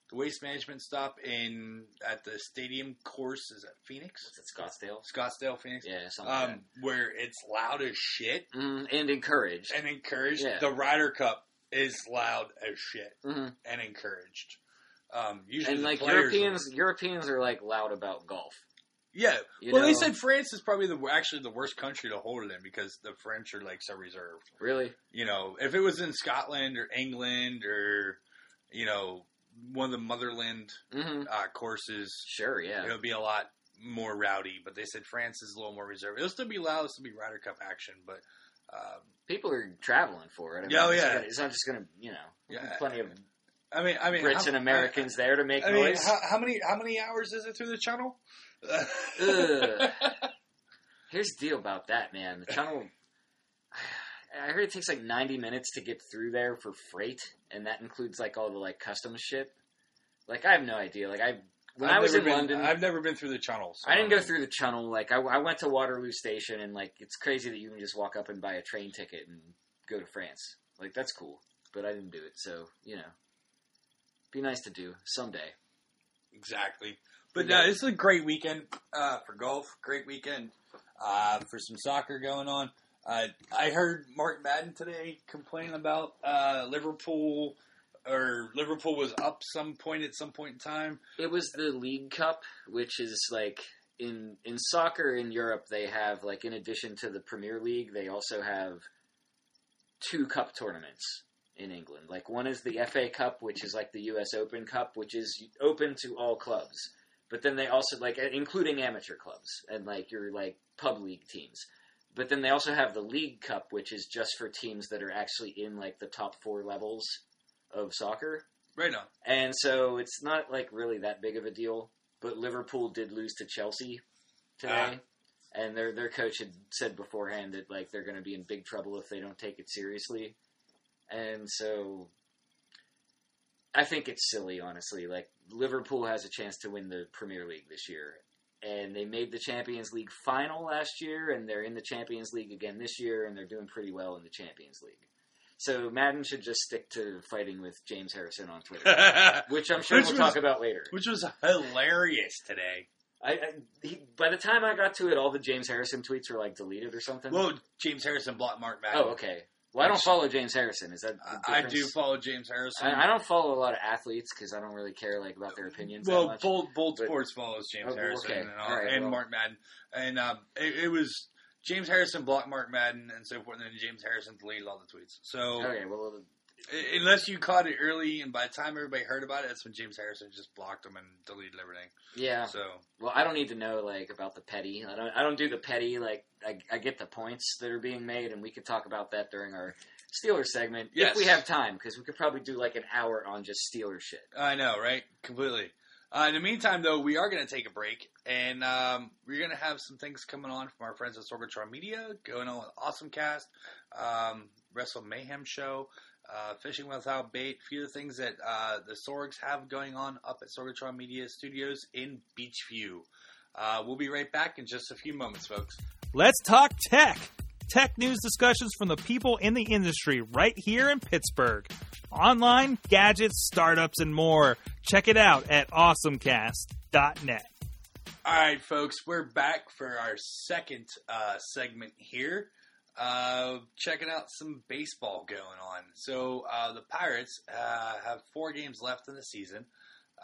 the waste management stop in at the stadium course is at Phoenix,
What's it, Scottsdale?
Scottsdale, Phoenix,
Yeah. Something like
um, where it's loud as shit
that. Mm, and encouraged.
and encouraged.
Yeah.
The Ryder Cup is loud as shit
hmm
and encouraged. Um, usually
and
the
like
players-
Europeans, Europeans are like loud about golf.
yeah.
You
well,
know?
they said France is probably the actually the worst country to hold it in because the French are like so reserved.
really.
you know, if it was in Scotland or England or, you know, one of the motherland
hmm
uh, courses,
Sure, yeah.
it would be a lot more rowdy. But they said France is a little more reserved. It'll still be loud. It'll still be Ryder Cup action. But um,
People are traveling for it. I mean,
Yeah, oh,
it's
yeah.
gonna- it's not just going to, you know,
Yeah.
plenty of
I mean, I mean,
Brits
how-
and Americans there to make
I mean,
noise.
how, how many how many hours is it through the channel? Uh, [LAUGHS]
Ugh. Here's the deal about that, man. The tunnel. [SIGHS] I heard it takes like 90 minutes to get through there for freight, and that includes like all the like customs shit. Like I have no idea. Like I when
I've
I was
never
in
been-
London,
I've never been through the channel. so
I didn't go through the tunnel. Like I, I went to Waterloo Station, and like it's crazy that you can just walk up and buy a train ticket and go to France. Like that's cool, but I didn't do it. So you know, be nice to do someday.
Exactly. But no, this is a great weekend uh, for golf. Great weekend uh, for some soccer going on. Uh, I heard Mark Madden today complain about uh, Liverpool, or Liverpool was up some point at some point in time.
It was the League Cup, which is like in in soccer in Europe they have like in addition to the Premier League, they also have two cup tournaments in England. Like one is the FA Cup, which is like the US Open Cup, which is open to all clubs. But then they also like including amateur clubs and like your like pub league teams. But then they also have the League Cup, which is just for teams that are actually in like the top 4 levels of soccer.
Right now,
And so it's not like really that big of a deal. But Liverpool did lose to Chelsea today. and their their coach had said beforehand that like they're going to be in big trouble if they don't take it seriously, and so I think it's silly, honestly. Like Liverpool has a chance to win the Premier League this year, and they made the Champions League final last year, and they're in the Champions League again this year, and they're doing pretty well in the Champions League. So Madden should just stick to fighting with James Harrison
[LAUGHS]
on Twitter, which I'm sure
Which
we'll
was-
talk about later.
Which was hilarious today.
I, I he, by the time I got to it, all the James Harrison tweets were like deleted or something.
Well, James Harrison blocked Mark Madden.
oh, okay. Well, I don't
Which-
follow James Harrison. Is that the
I, I do
difference?
follow James Harrison.
I, I don't follow a lot of athletes because I don't really care like about their opinions. that
Well,
much.
Bold, Bold
but-
Sports follows James
Oh, well,
Harrison
okay.
and, all,
All right,
and
well.
Mark Madden, and um, it, it was James Harrison blocked Mark Madden and so forth, and then James Harrison deleted all the tweets. So
okay. Well,
u- unless you caught it early, and by the time everybody heard about it, that's when James Harrison just blocked them and deleted everything.
yeah.
So
Well, I don't need to know like about the petty. I don't. I don't do the petty. Like I, I get the points that are being made, and we could talk about that during our Steelers segment
Yes.
if we have time, because we could probably do like an hour on just Steelers shit.
I know, right? Completely. Uh, in the meantime, though, we are going to take a break, and um, we're going to have some things coming on from our friends at Sorgatron Media, going on with Awesome Cast, um, Wrestle Mayhem Show, uh, Fishing Without Bait, a few of the things that uh, the Sorgs have going on up at Sorgatron Media Studios in Beachview. Uh, we'll be right back in just a few moments, folks.
Let's talk tech. Tech news discussions from the people in the industry right here in Pittsburgh. Online, gadgets, startups, and more. Check it out at awesomecast.net.
All right, folks, we're back for our second uh, segment here. Uh, checking out some baseball going on. So uh, the Pirates uh, have four games left in the season.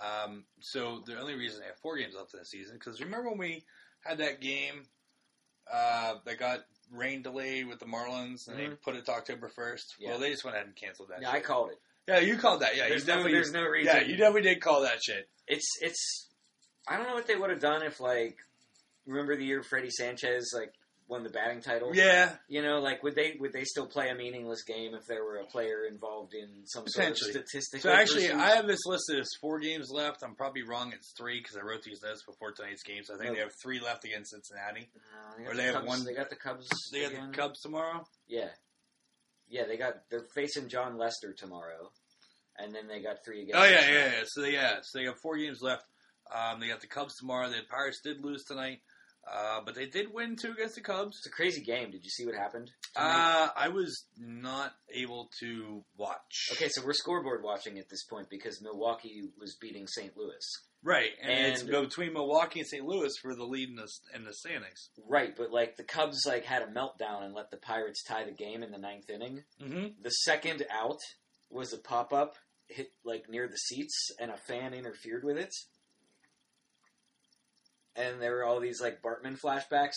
Um, so the only reason they have four games left in the season because remember when we had that game uh, that got rain delayed with the Marlins and they
Mhm.
put it to October first.
Yeah.
Well, they just went ahead and canceled that.
Yeah, I
shit.
called it.
yeah, you called that. Yeah,
there's
you
no.
definitely.
There's no reason.
yeah, you definitely did call that shit.
it's it's I don't know what they would have done if like remember the year Freddie Sanchez like won the batting title.
Yeah,
You know, like would they would they still play a meaningless game if there were a player involved in some sort of
Potentially.
statistical?
So actually,
pursuit?
I have this listed as four games left. I'm probably wrong. It's three because I wrote these notes before tonight's game. So I think
No.
they have three left against Cincinnati.
No,
or they
got the
have
Cubs-
one-
They got the Cubs.
They got
again.
the Cubs tomorrow.
Yeah, yeah. They got they're facing John Lester tomorrow, and then they got three against.
Oh yeah,
us.
yeah, yeah. So they, yeah, so they have four games left. Um, they got the Cubs tomorrow. The Pirates did lose tonight, uh, but they did win two against the Cubs.
It's a crazy game. Did you see what happened? tonight?
Uh, I was not able to watch.
okay, so we're scoreboard watching at this point because Milwaukee was beating St. Louis.
right, and, it's
And-
between Milwaukee and St. Louis for the lead in the in the standings.
Right, but like the Cubs like had a meltdown and let the Pirates tie the game in the ninth inning.
Mm-hmm.
The second out was a pop up hit like near the seats, and a fan interfered with it. And there were all these like Bartman flashbacks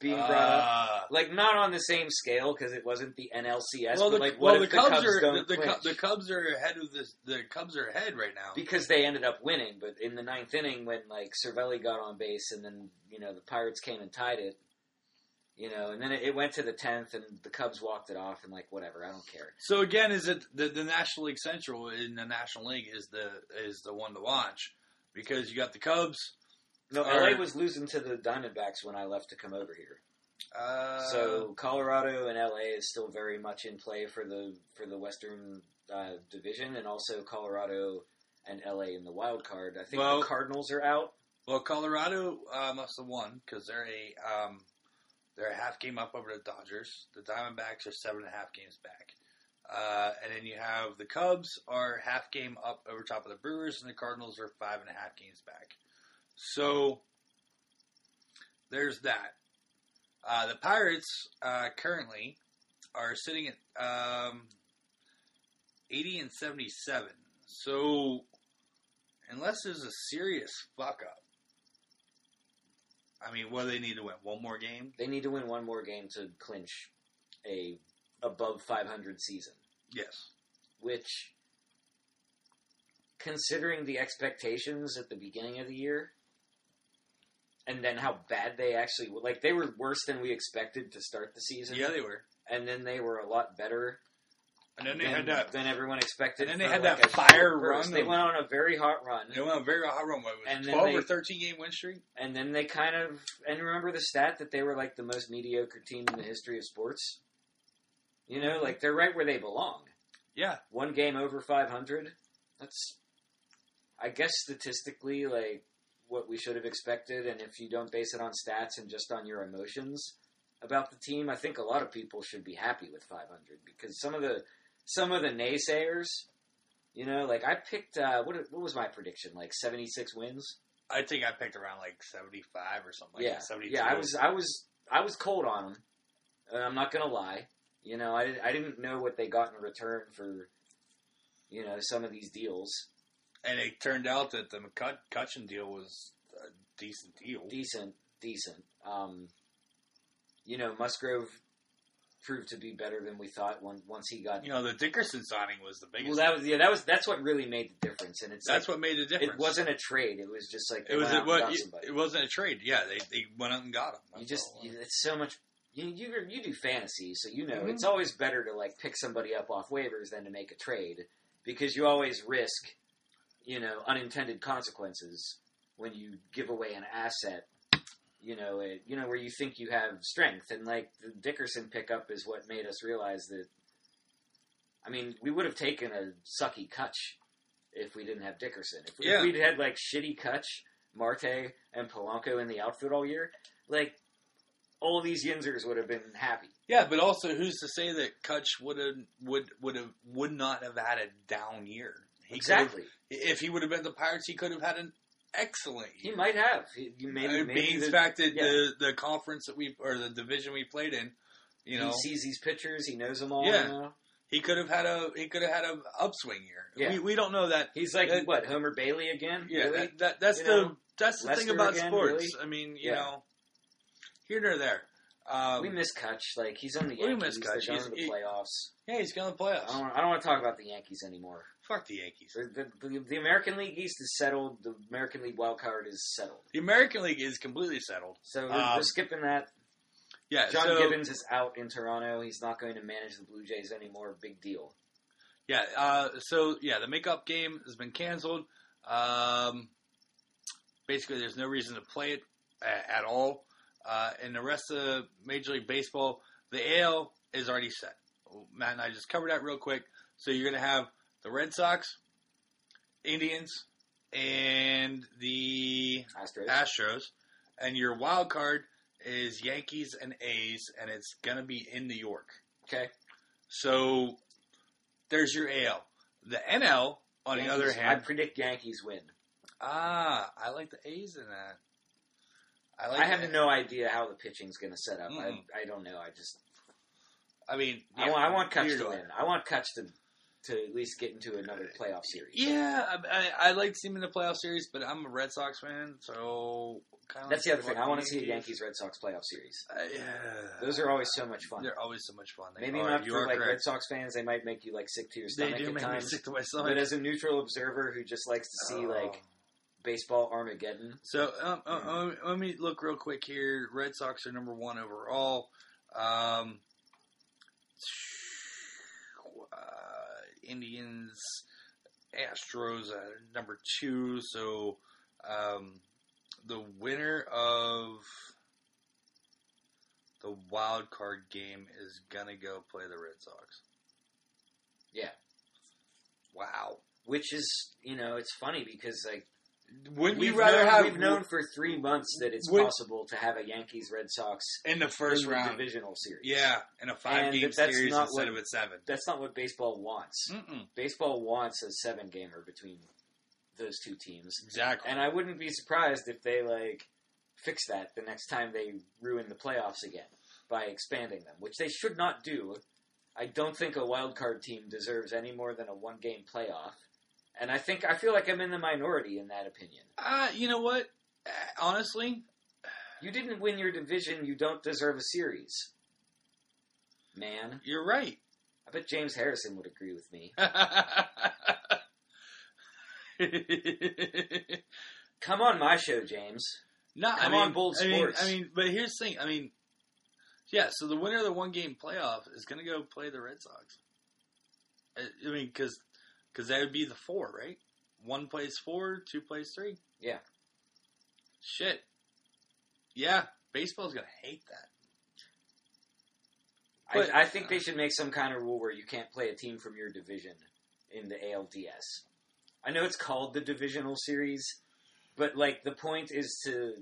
being brought
Uh.
up, like not on the same scale because it wasn't the NLCS.
well, the,
but like what
well, the
if
Cubs,
Cubs
are
don't
the, the, Cu-
clinch?
the Cubs are ahead of this. The Cubs are ahead right now.
because they ended up winning. But in the ninth inning, when like Cervelli got on base, and then you know the Pirates came and tied it, you know, and then it, it went to the tenth, and the Cubs walked it off, and like whatever, I don't care.
so again, is it the, the National League Central in the National League is the is the one to watch because you got the Cubs.
No,
All right.
LA was losing to the Diamondbacks when I left to come over here,
Uh,
so Colorado and LA is still very much in play for the for the Western uh, Division, and also Colorado and LA in the wild card. I think
Well-
the Cardinals are out.
well, Colorado uh, must have won because they're a um, they're a half game up over the Dodgers. The Diamondbacks are seven and a half games back. Uh, and then you have the Cubs are half game up over top of the Brewers, and the Cardinals are five and a half games back. So there's that. Uh, the Pirates uh, currently are sitting at um, 80 and 77. So unless there's a serious fuck up, I mean, what do they need to win? One more game?
They need to win one more game to clinch a above five hundred season.
Yes.
which, considering the expectations at the beginning of the year, and then how bad they actually were, like they were worse than we expected to start the season.
Yeah, they were.
And then they were a lot better
And then they
then,
had that.
then everyone expected.
and then they had
for, like,
that
a
fire
short burst.
run
They
of-
went on a very hot run,
They went on a very hot run. What was it,
And then
twelve
they-
or thirteen game win streak?
and then they kind of. And remember the stat that they were like the most mediocre team in the history of sports. You know, like they're right where they belong.
Yeah,
One game over five hundred. That's, I guess, statistically like what we should have expected. And if you don't base it on stats and just on your emotions about the team, I think a lot of people should be happy with five hundred because some of the some of the naysayers. You know, like I picked uh, what what was my prediction? Like seventy six wins.
I think I picked around like seventy-five or something. Like
yeah,
that, seventy-two.
yeah. I was, I was, I was cold on them. And I'm not gonna lie. You know, I, didn't- I didn't know what they got in return for, you know, some of these deals.
and it turned out that the McCut- Cutchin deal was a decent deal.
Decent, decent. Um, you know, Musgrove proved to be better than we thought when once he got.
You know, the Dickerson signing was the biggest.
Well, that was yeah, that was that's what really made the difference, and it's
that's
like,
what made the difference.
it wasn't a trade. It was just like
It was
went out
it,
and
what,
got
you-
somebody.
it wasn't a trade. Yeah, they, they went out and got him.
You
That's
just
all it
you,
was. Oh.
it's so much. You, you you do fantasy, so you know
Mhm.
it's always better to like pick somebody up off waivers than to make a trade because you always risk, you know, unintended consequences when you give away an asset. You know, it, you know where you think you have strength, and like the Dickerson pickup is what made us realize that. I mean, we would have taken a sucky Kutch if we didn't have Dickerson. If, we,
Yeah.
if we'd had like shitty Kutch, Marte, and Polanco in the outfield all year, like all these Yinzers would have been happy.
yeah, but also who's to say that Kutch would have would would have would not have had a down year? He could have-
exactly.
If he would have been the Pirates, he could have had an excellent year.
He might have. He, you
I
maybe,
mean,
maybe
being
the-
the fact that
yeah.
the the conference that we or the division we played in, you know,
he sees these pictures. He knows them all.
Yeah.
now.
he could have had a he could have had an upswing year.
Yeah.
We, we don't know that.
He's like
That-
what Homer Bailey again?
Yeah,
Really?
that, that that's
You
the
know,
that's the thing
Lester
about
again,
sports.
really?
I mean, you
Yeah.
know, here nor there. Um,
we miss Kutch. Like he's on the
we
Yankees.
miss
They're
Kutch.
going
He's-
to the
he-
playoffs.
yeah, he's going to
I
playoffs.
don't, I don't want to talk about the Yankees anymore.
Fuck the Yankees.
The, the, the American League East is settled. The American League wild card is settled.
The American League is completely settled.
So we're,
Um,
we're skipping that.
Yeah,
John
so,
Gibbons is out in Toronto. He's not going to manage the Blue Jays anymore. Big deal.
Yeah, uh, so yeah, the makeup game has been canceled. Um, basically, there's no reason to play it a- at all. Uh, and the rest of Major League Baseball, the AL is already set. Matt and I just covered that real quick. So you're going to have the Red Sox, Indians, and the
Astros.
Astros. And your wild card is Yankees and A's, and it's going to be in New York.
okay.
So there's your AL. The NL, on the
Yankees-
other
I
hand,
predict Yankees win.
ah, I like the A's in that. I like.
I have no idea how the pitching's going to set up.
Mm-mm.
I, I don't know. I just
I mean,
I, want, I want Kutch
neither
to
do I.
win. I want Kutch to to at least get into another playoff series.
Yeah, I- I, I like seeing him in the playoff series, but I'm a Red Sox fan, so kind of.
That's the other thing. I want to see a Yankees Red Sox playoff series.
Uh, yeah,
Those are always so much fun.
They're always so much fun. They
Maybe
are.
not
Oh, you
for
are
like Red
correct.
Sox fans. They might make you like sick to your stomach
they do
at
make
times.
me sick to my
But
stomach.
as a neutral observer who just likes to see
Oh.
like baseball Armageddon,
So um, um, um, let me look real quick here. Red Sox are number one overall. Um, [SIGHS] uh, Indians, Astros are number two. So um, the winner of the wild card game is gonna go play the Red Sox.
Yeah.
Wow.
which is you know it's funny because like
Would
we've
you rather
known,
have
we've known for three months that it's
Would-
possible to have a Yankees Red Sox
in the first
in the
round?
divisional series.
Yeah, in a five game
that- that's
series
not
instead
what-
of a seven.
that's not what baseball wants.
Mm-mm.
Baseball wants a seven gamer between those two teams,
Exactly.
and I wouldn't be surprised if they like fix that the next time they ruin the playoffs again by expanding them, which they should not do. I don't think a wild card team deserves any more than a one game playoff, and I think I feel like I'm in the minority in that opinion.
uh, you know what? Uh, Honestly,
You didn't win your division, you don't deserve a series. Man,
you're right. [LAUGHS]
I bet James Harrison would agree with me. Come on my show, James.
Not I
Come
mean,
on, Bold
I mean-
Sports.
I mean, but here's the thing. I mean, yeah. So the winner of the one game playoff is going to go play the Red Sox. I I mean, because that would be the four, right? One plays four, two plays three.
Yeah.
Shit. Yeah, baseball's gonna hate that. But-
I, I think they should make some kind of rule where you can't play a team from your division in the ALDS. I know it's called the divisional series, but like the point is to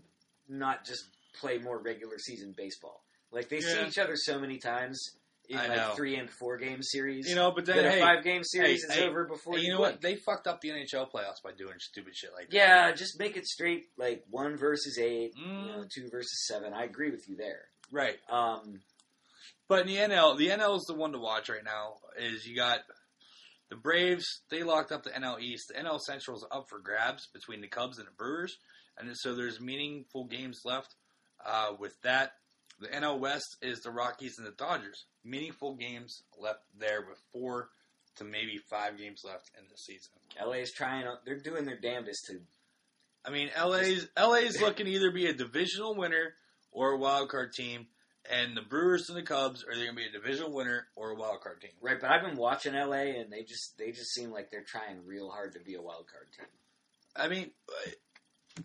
not just play more regular season baseball. Like they see
Yeah.
each other so many times in
I
like
know.
three and four game series.
You know, but then
that
hey,
a five game series is
hey,
over before
hey,
you,
you know
blink.
what? They fucked up the NHL playoffs by doing stupid shit like that.
Yeah, just make it straight like one versus eight,
Mm.
you know, two versus seven. I agree with you there.
Right.
Um,
But in the NL, the NL is the one to watch right now. Is you got the Braves? They locked up the NL East. The NL Central is up for grabs between the Cubs and the Brewers, and so there's meaningful games left. Uh, with that, the NL West is the Rockies and the Dodgers. Meaningful games left there with four to maybe five games left in the season.
LA is trying; they're doing their damnedest to
I mean, LA's LA's looking to either be a divisional winner or a wild card team, and the Brewers and the Cubs are they going to be a divisional winner or a wild card team?
Right, but I've been watching LA, and they just they just seem like they're trying real hard to be a wild card team.
I mean, uh,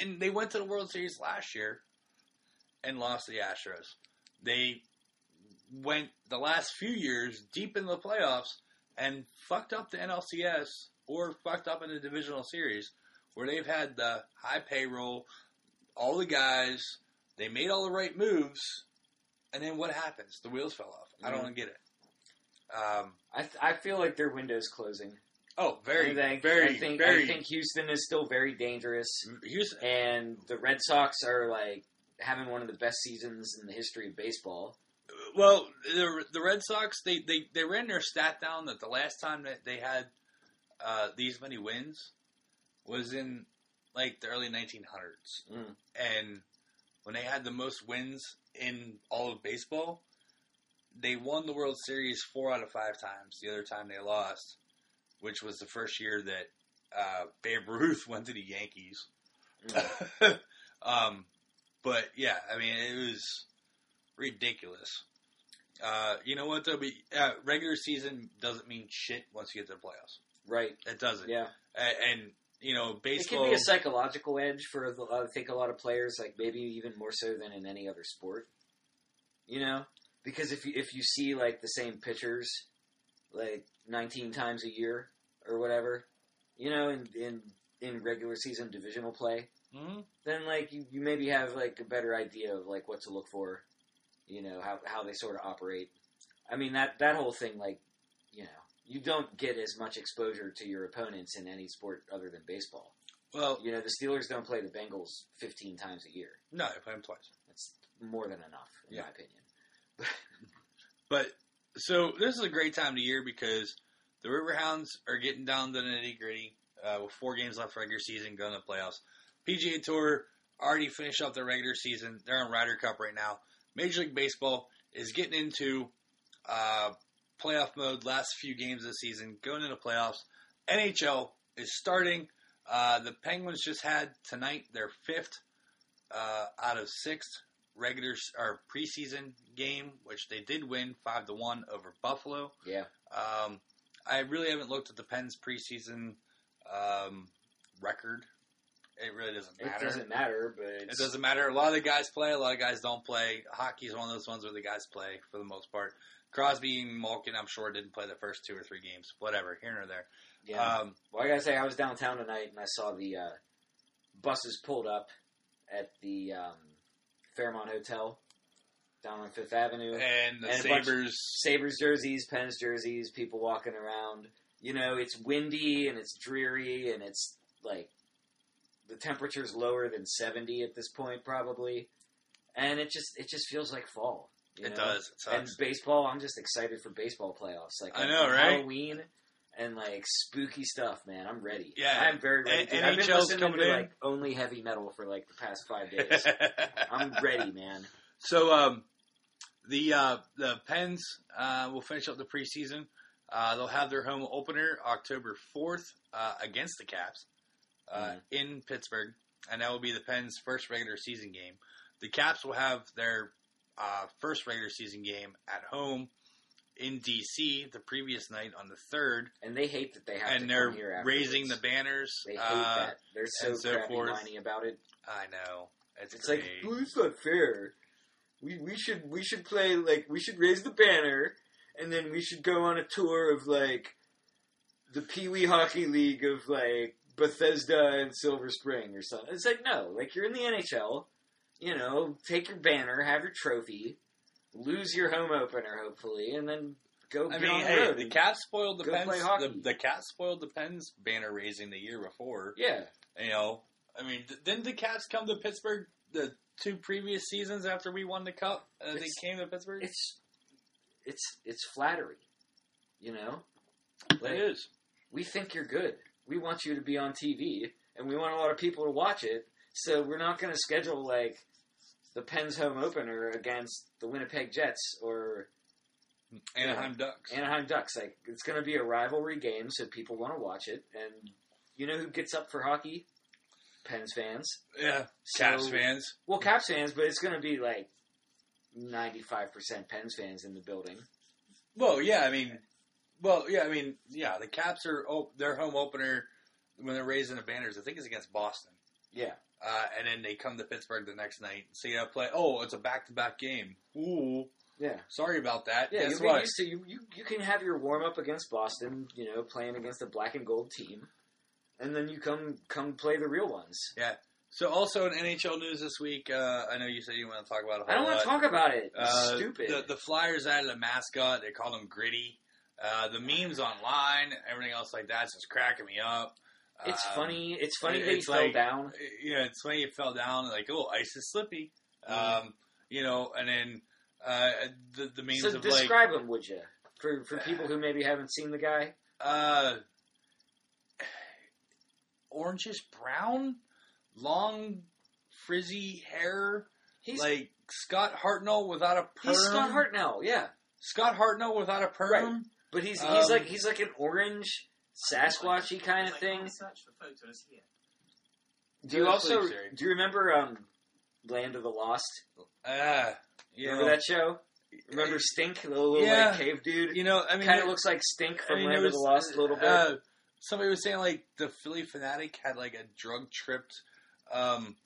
and they went to the World Series last year and lost to the Astros. They went the last few years deep in the playoffs and fucked up the NLCS or fucked up in the divisional series where they've had the high payroll, all the guys, they made all the right moves, and then what happens? The wheels fell off. I
Mm-hmm.
don't get it. Um,
I th- I feel like their window's closing.
oh, very,
I think,
very,
I think,
very.
I think Houston is still very dangerous,
Houston,
and the Red Sox are like having one of the best seasons in the history of baseball.
Well, the, the Red Sox they, they, they ran their stat down that the last time that they had uh, these many wins was in like the early 1900s,
Mm.
and when they had the most wins in all of baseball, they won the World Series four out of five times. The other time they lost, which was the first year that uh, Babe Ruth [LAUGHS] went to the Yankees. [LAUGHS] um, but yeah, I mean it was ridiculous. Uh, you know what though? But, uh, regular season doesn't mean shit once you get to the playoffs.
Right?
It doesn't.
Yeah,
A- And, you know
it
baseball.
can be a psychological edge for the, I think a lot of players, like maybe even more so than in any other sport. You know, because if you if you see like the same pitchers like 19 times a year or whatever, you know, in in in regular season divisional play,
Mhm.
then like you, you maybe have like a better idea of like what to look for, you know, how how they sort of operate. I mean that that whole thing like, you know, you don't get as much exposure to your opponents in any sport other than baseball.
Well,
You know, the Steelers don't play the Bengals 15 times a year.
no, I play them twice.
That's more than enough, in
Yeah.
my opinion.
But so this is a great time of the year because the Riverhounds are getting down to the nitty gritty uh, with four games left regular season, going to the playoffs. PGA Tour already finished up their regular season. They're on Ryder Cup right now. Major League Baseball is getting into uh, playoff mode. Last few games of the season, going into playoffs. NHL is starting. Uh, the Penguins just had tonight their fifth uh, out of six regular s- or preseason game, which they did win five to one over Buffalo.
Yeah.
Um, I really haven't looked at the Pens preseason um, record. It really doesn't
It
matter.
doesn't matter, but it's,
It doesn't matter. A lot of the guys play. A lot of guys don't play. Hockey's one of those ones where the guys play for the most part. Crosby and Malkin, I'm sure, didn't play the first two or three games. Whatever, here nor there.
Yeah.
Um,
well, I gotta say, I was downtown tonight and I saw the uh, buses pulled up at the um, Fairmont Hotel down on Fifth Avenue.
and the
And a bunch-
Sabers.
Sabres jerseys, Pens jerseys, people walking around. You know, it's windy and it's dreary and it's like the temperature's lower than 70 at this point probably. And it just it just feels like fall. you
It
know?
does. It
And
sucks.
baseball, I'm just excited for baseball playoffs. Like
I know,
and
right?
Halloween and like spooky stuff, man. I'm ready.
Yeah.
I'm very ready.
And-
dude. I've been
NHL's
listening
coming
to
in.
like only heavy metal for like the past
[LAUGHS]
five days. I'm ready, man.
So um, the uh, the Pens uh, will finish up the preseason. Uh, they'll have their home opener October fourth uh, against the Caps uh,
Mhm.
in Pittsburgh, and that will be the Pens' first regular season game. The Caps will have their uh, first regular season game at home in DC the previous night on the third,
and they hate that they have to
and they're
come here afterwards.
raising the banners.
They hate
Uh,
that. They're so,
and so
crappy
forth.
whiny about it.
I know. It's,
It's
great.
like, "Well, it's not fair. We we should we should play like we should raise the banner, and then we should go on a tour of like the Pee Wee Hockey League of like Bethesda and Silver Spring or something. It's like no, like you're in the NHL, you know, take your banner, have your trophy, lose your home opener hopefully, and then go
I
be on
mean,
the
hey,
road.
the cat spoiled the
Go
Pens.
play hockey.
The, the cat spoiled the Pens banner raising the year before.
yeah,
You know, I mean, th- didn't the Cats come to Pittsburgh the two previous seasons after we won the cup? Uh, they
It's-
came to Pittsburgh.
it's it's it's flattery, you know.
It is.
we think you're good. We want you to be on TV, and we want a lot of people to watch it. So we're not going to schedule like the Penn's home opener against the Winnipeg Jets or
Anaheim Ducks.
Anaheim Ducks. Like it's going to be a rivalry game, so people want to watch it. And you know who gets up for hockey? Pens fans.
yeah,
So-
Caps fans.
Well, Caps fans, but it's going to be like ninety-five percent Pens fans in the building.
Well, yeah, I mean, well, yeah, I mean, yeah, the Caps are op- their home opener when they're raising the banners. I think it's against Boston,
Yeah,
uh, and then they come to Pittsburgh the next night. So you gotta play. Oh, it's a back-to-back game. Ooh,
yeah.
sorry about that.
Yeah,
Guess
you'll be
what?
used to you, you. You can have your warm up against Boston, you know, playing against the black and gold team, and then you come come play the real ones.
So also in NHL news this week, uh, I know you said you want to talk about. it a
I don't
whole
want
lot.
to talk about it. It's
Uh,
stupid.
The, the Flyers added a mascot. They called him Gritty. Uh, the memes online, everything else like that's just cracking me up.
it's
Um,
funny. It's funny
it-
they
it's
fell
like-
down.
yeah, it's when you fell down, like, oh, ice is slippy. Um, you know, and then uh, the, the memes
Mm-hmm. So
of like,
describe him, would you? For
[SIGHS]
for people who maybe haven't seen the guy,
uh, orangish brown, long, frizzy hair,
he's
like Scott Hartnell without a perm.
he's Scott Hartnell, yeah.
Scott Hartnell without a perm.
Right. But he's
Um,
he's like he's like an orange Sasquatchy kind of thing.
Search for photos here.
Do you
Yeah,
also
please, Jerry.
do you remember um, Land of the Lost?
Uh, you
Remember
know,
that show? Remember Stink, the little
Yeah.
like cave dude?
You know, I mean,
kind
there-
of looks like Stink
I
from
mean,
Land
there
of the
was,
Lost a little bit.
Uh, somebody was saying like the Philly fanatic had like a drug tripped, um,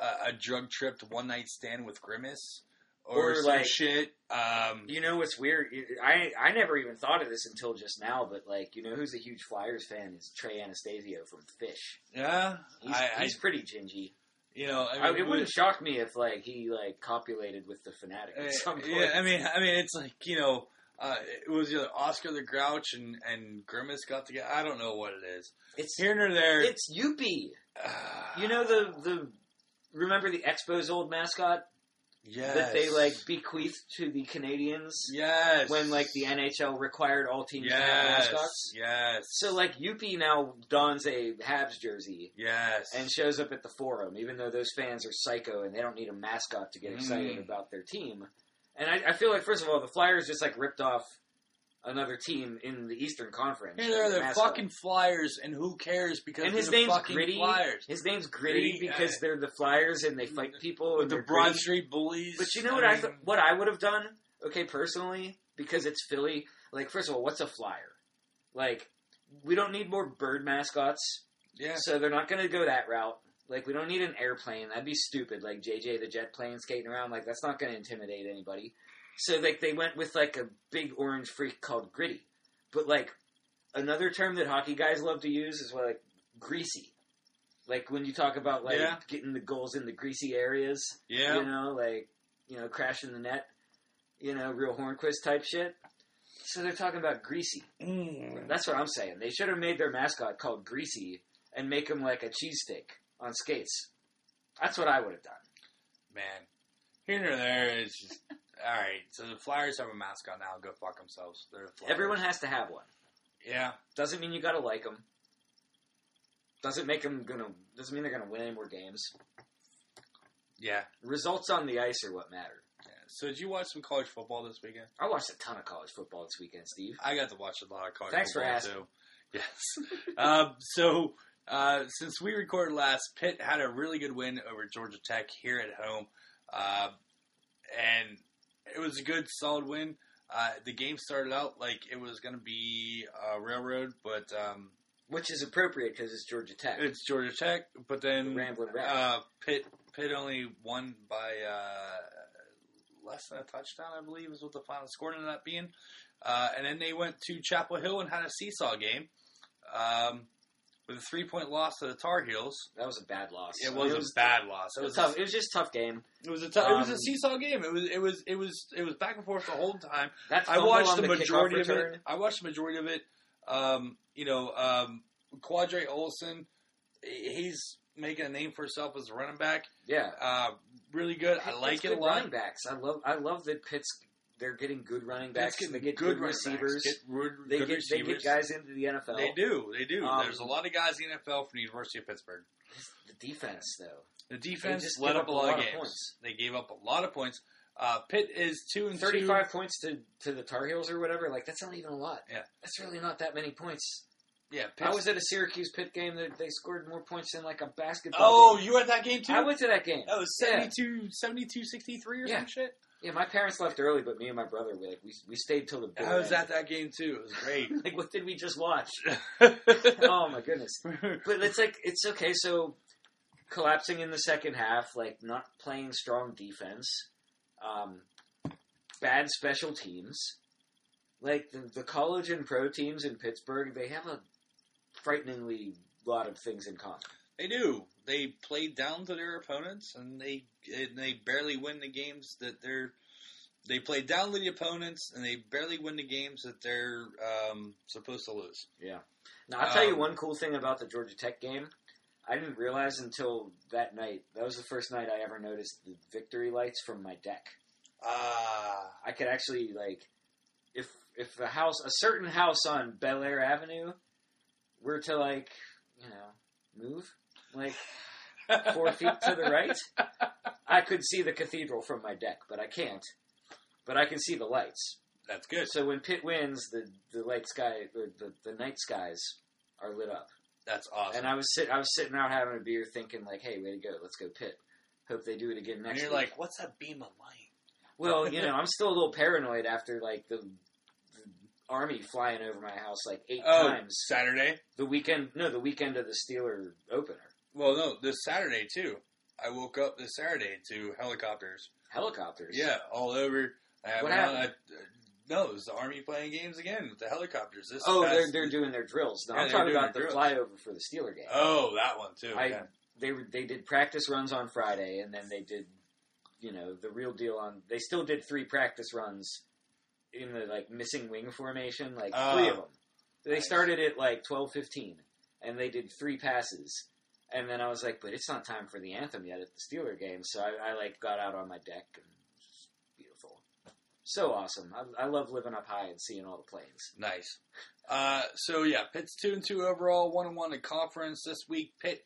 uh, a drug tripped one night stand with Grimace or,
Or,
some
like-
shit. Um,
you know what's weird? You- I I never even thought of this until just now, but like you know who's a huge Flyers fan is Trey Anastasio from Fish.
yeah,
He's,
I, I,
he's pretty gingy.
you know,
I
I mean,
it wouldn't shock me if like he like copulated with the fanatic
uh,
[LAUGHS] at some point.
yeah, I mean, I mean, it's like you know, uh, it was either Oscar the Grouch and and Grimace got together. I don't know what it is.
it's
Here and there,
it's Yuppie.
ah, [SIGHS]
You know the the remember the Expos old mascot
yes.
that they like bequeathed to the Canadians
yes
when like the NHL required all teams to have
yes
mascots.
yes
So like Yuppie now dons a Habs jersey
yes
and shows up at the forum, even though those fans are psycho and they don't need a mascot to get excited
Mm.
about their team. And I, I feel like first of all, the Flyers just like ripped off another team in the Eastern Conference.
Here they're
Their
the
mascot.
fucking Flyers, and who cares? Because
and
they're
his
the
name's
fucking
gritty.
Flyers.
His name's gritty
Gritty,
because
uh,
they're the Flyers and they fight people
With
Oh, and
the
they're
Broad
gritty.
Street Bullies.
But you know what I,
mean,
th- what I would have done? Okay, personally, because it's Philly. Like, first of all, what's a flyer? Like, we don't need more bird mascots.
yeah,
So they're not going to go that route. Like, we don't need an airplane. That'd be stupid. Like, JJ the jet plane skating around. Like, that's not going to intimidate anybody. So, like, they went with, like, a big orange freak called Gritty. But, like, another term that hockey guys love to use is, like, greasy. Like, when you talk about, like,
Yeah.
getting the goals in the greasy areas,
yeah.
you know, like, you know, crashing the net, you know, real Hornquist type shit. So they're talking about greasy.
Mm.
That's what I'm saying. They should have made their mascot called Greasy and make him like a cheesesteak on skates. That's what I would have done.
Man, here and there, it's just [LAUGHS] all right. So the Flyers have a mascot now. Go fuck themselves. They're the Flyers.
Everyone has to have one.
yeah.
Doesn't mean you gotta like them. Doesn't make them gonna. Doesn't mean they're gonna win any more games.
yeah,
Results on the ice are what matter.
yeah. So did you watch some college football this weekend?
I watched a ton of college football this weekend, Steve.
I got to watch a lot of college
Thanks for
football
asking.
too. [LAUGHS] Yes. um, so uh, since we recorded last, Pitt had a really good win over Georgia Um, Tech here at home, uh, and it was a good, solid win. Uh, the game started out like it was going to be a railroad, but um,
which is appropriate because it's Georgia Tech.
it's Georgia Tech. But
The
then
Rambling Rat.
uh, Pitt Pitt only won by uh, less than a touchdown, I believe, is what the final score ended up being. Uh, and then they went to Chapel Hill and had a seesaw game um, with a three point loss to the Tar Heels.
that was a bad loss.
It was, a bad loss.
It
It was
was tough. It was just a tough game.
It was a tough, it was a
Um,
seesaw game. It was it was it was it was back and forth the whole time.
That
I
fumble
watched
on
the,
kickoff
majority of
return,
it. I watched the majority of it. Um, you know, um, Quadre Olson, he- he's making a name for himself as a running back.
Yeah,
Uh, really good. I
Pitt
like
gets
it a
good
lot.
Running backs. I love. I love that Pitt's. They're getting good running backs.
That's good-
they get
good
good,
running backs.
receivers.
Get good,
they
good
get they
receivers.
get guys into the NFL.
They do. They do.
Um,
There's a lot of guys in the NFL from the University of Pittsburgh.
The defense though.
The defense
just
let
give
up a lot of
of
games.
points.
They gave up a lot of points. Uh, Pitt is two and two.
Thirty-five points to, to the Tar Heels or whatever. Like that's not even a lot.
Yeah.
that's really not that many points.
Yeah,
I was at a Syracuse Pitt game that they scored more points than like a basketball.
Oh,
game.
you were at that game too? Oh.
I went to that game.
that was
Yeah.
72, 72 63 or
Yeah.
some shit.
Yeah, my parents left early, but me and my brother we like we, we stayed till the. bitter
I was
end.
at that game too. It was great.
[LAUGHS] Like, what did we just watch?
[LAUGHS]
oh my goodness! But it's like it's okay. So collapsing in the second half, like not playing strong defense, um, bad special teams. Like the, the college and pro teams in Pittsburgh, they have a frighteningly lot of things in common.
they do. They play down to their opponents, and they and they barely win the games that they're. They play down to the opponents, and they barely win the games that they're um, supposed to lose.
Yeah. Now I'll tell you
Um,
one cool thing about the Georgia Tech game. I didn't realize until that night. That was the first night I ever noticed the victory lights from my deck.
Ah,
I could actually like if if the house a certain house on Bel Air Avenue were to like, you know, move like four feet to
[LAUGHS]
the right, I could see the cathedral from my deck, but I can't. But I can see the lights.
[LAUGHS] that's good.
So when Pitt wins, the the light sky the, the, the night skies are lit up.
That's awesome.
And I was sit I was sitting out having a beer thinking like, hey, way to go, let's go Pitt. Hope they do it again next
And you're
week.
like, what's that beam of light?
Well, you know, I'm still a little paranoid after like the, the army flying over my house like eight
Oh,
times
Saturday.
the weekend. No, the weekend of the Steeler opener
Well, no, this Saturday too. I woke up this Saturday to helicopters.
helicopters.
Yeah, all over. I
What
went out,
happened?
I- uh, no, it was the army playing games again with the helicopters. This
Oh,
past-
they're they're doing their drills. No,
Yeah,
I'm
they're
talking
doing
about the
their
flyover for the Steeler game.
Oh, that one too.
I
yeah.
they were- they did practice runs on Friday, and then they did you know the real deal on. They still did three practice runs in the like missing wing formation, like
Oh.
three of them. They
Nice.
started at like twelve fifteen, and they did three passes. And then I was like, "But it's not time for the anthem yet at the Steeler game." So I, I like got out on my deck and it was just beautiful, so awesome. I, I love living up high and seeing all the planes.
Nice. Uh, so yeah, Pitt's two and two overall, one and one in conference this week. Pitt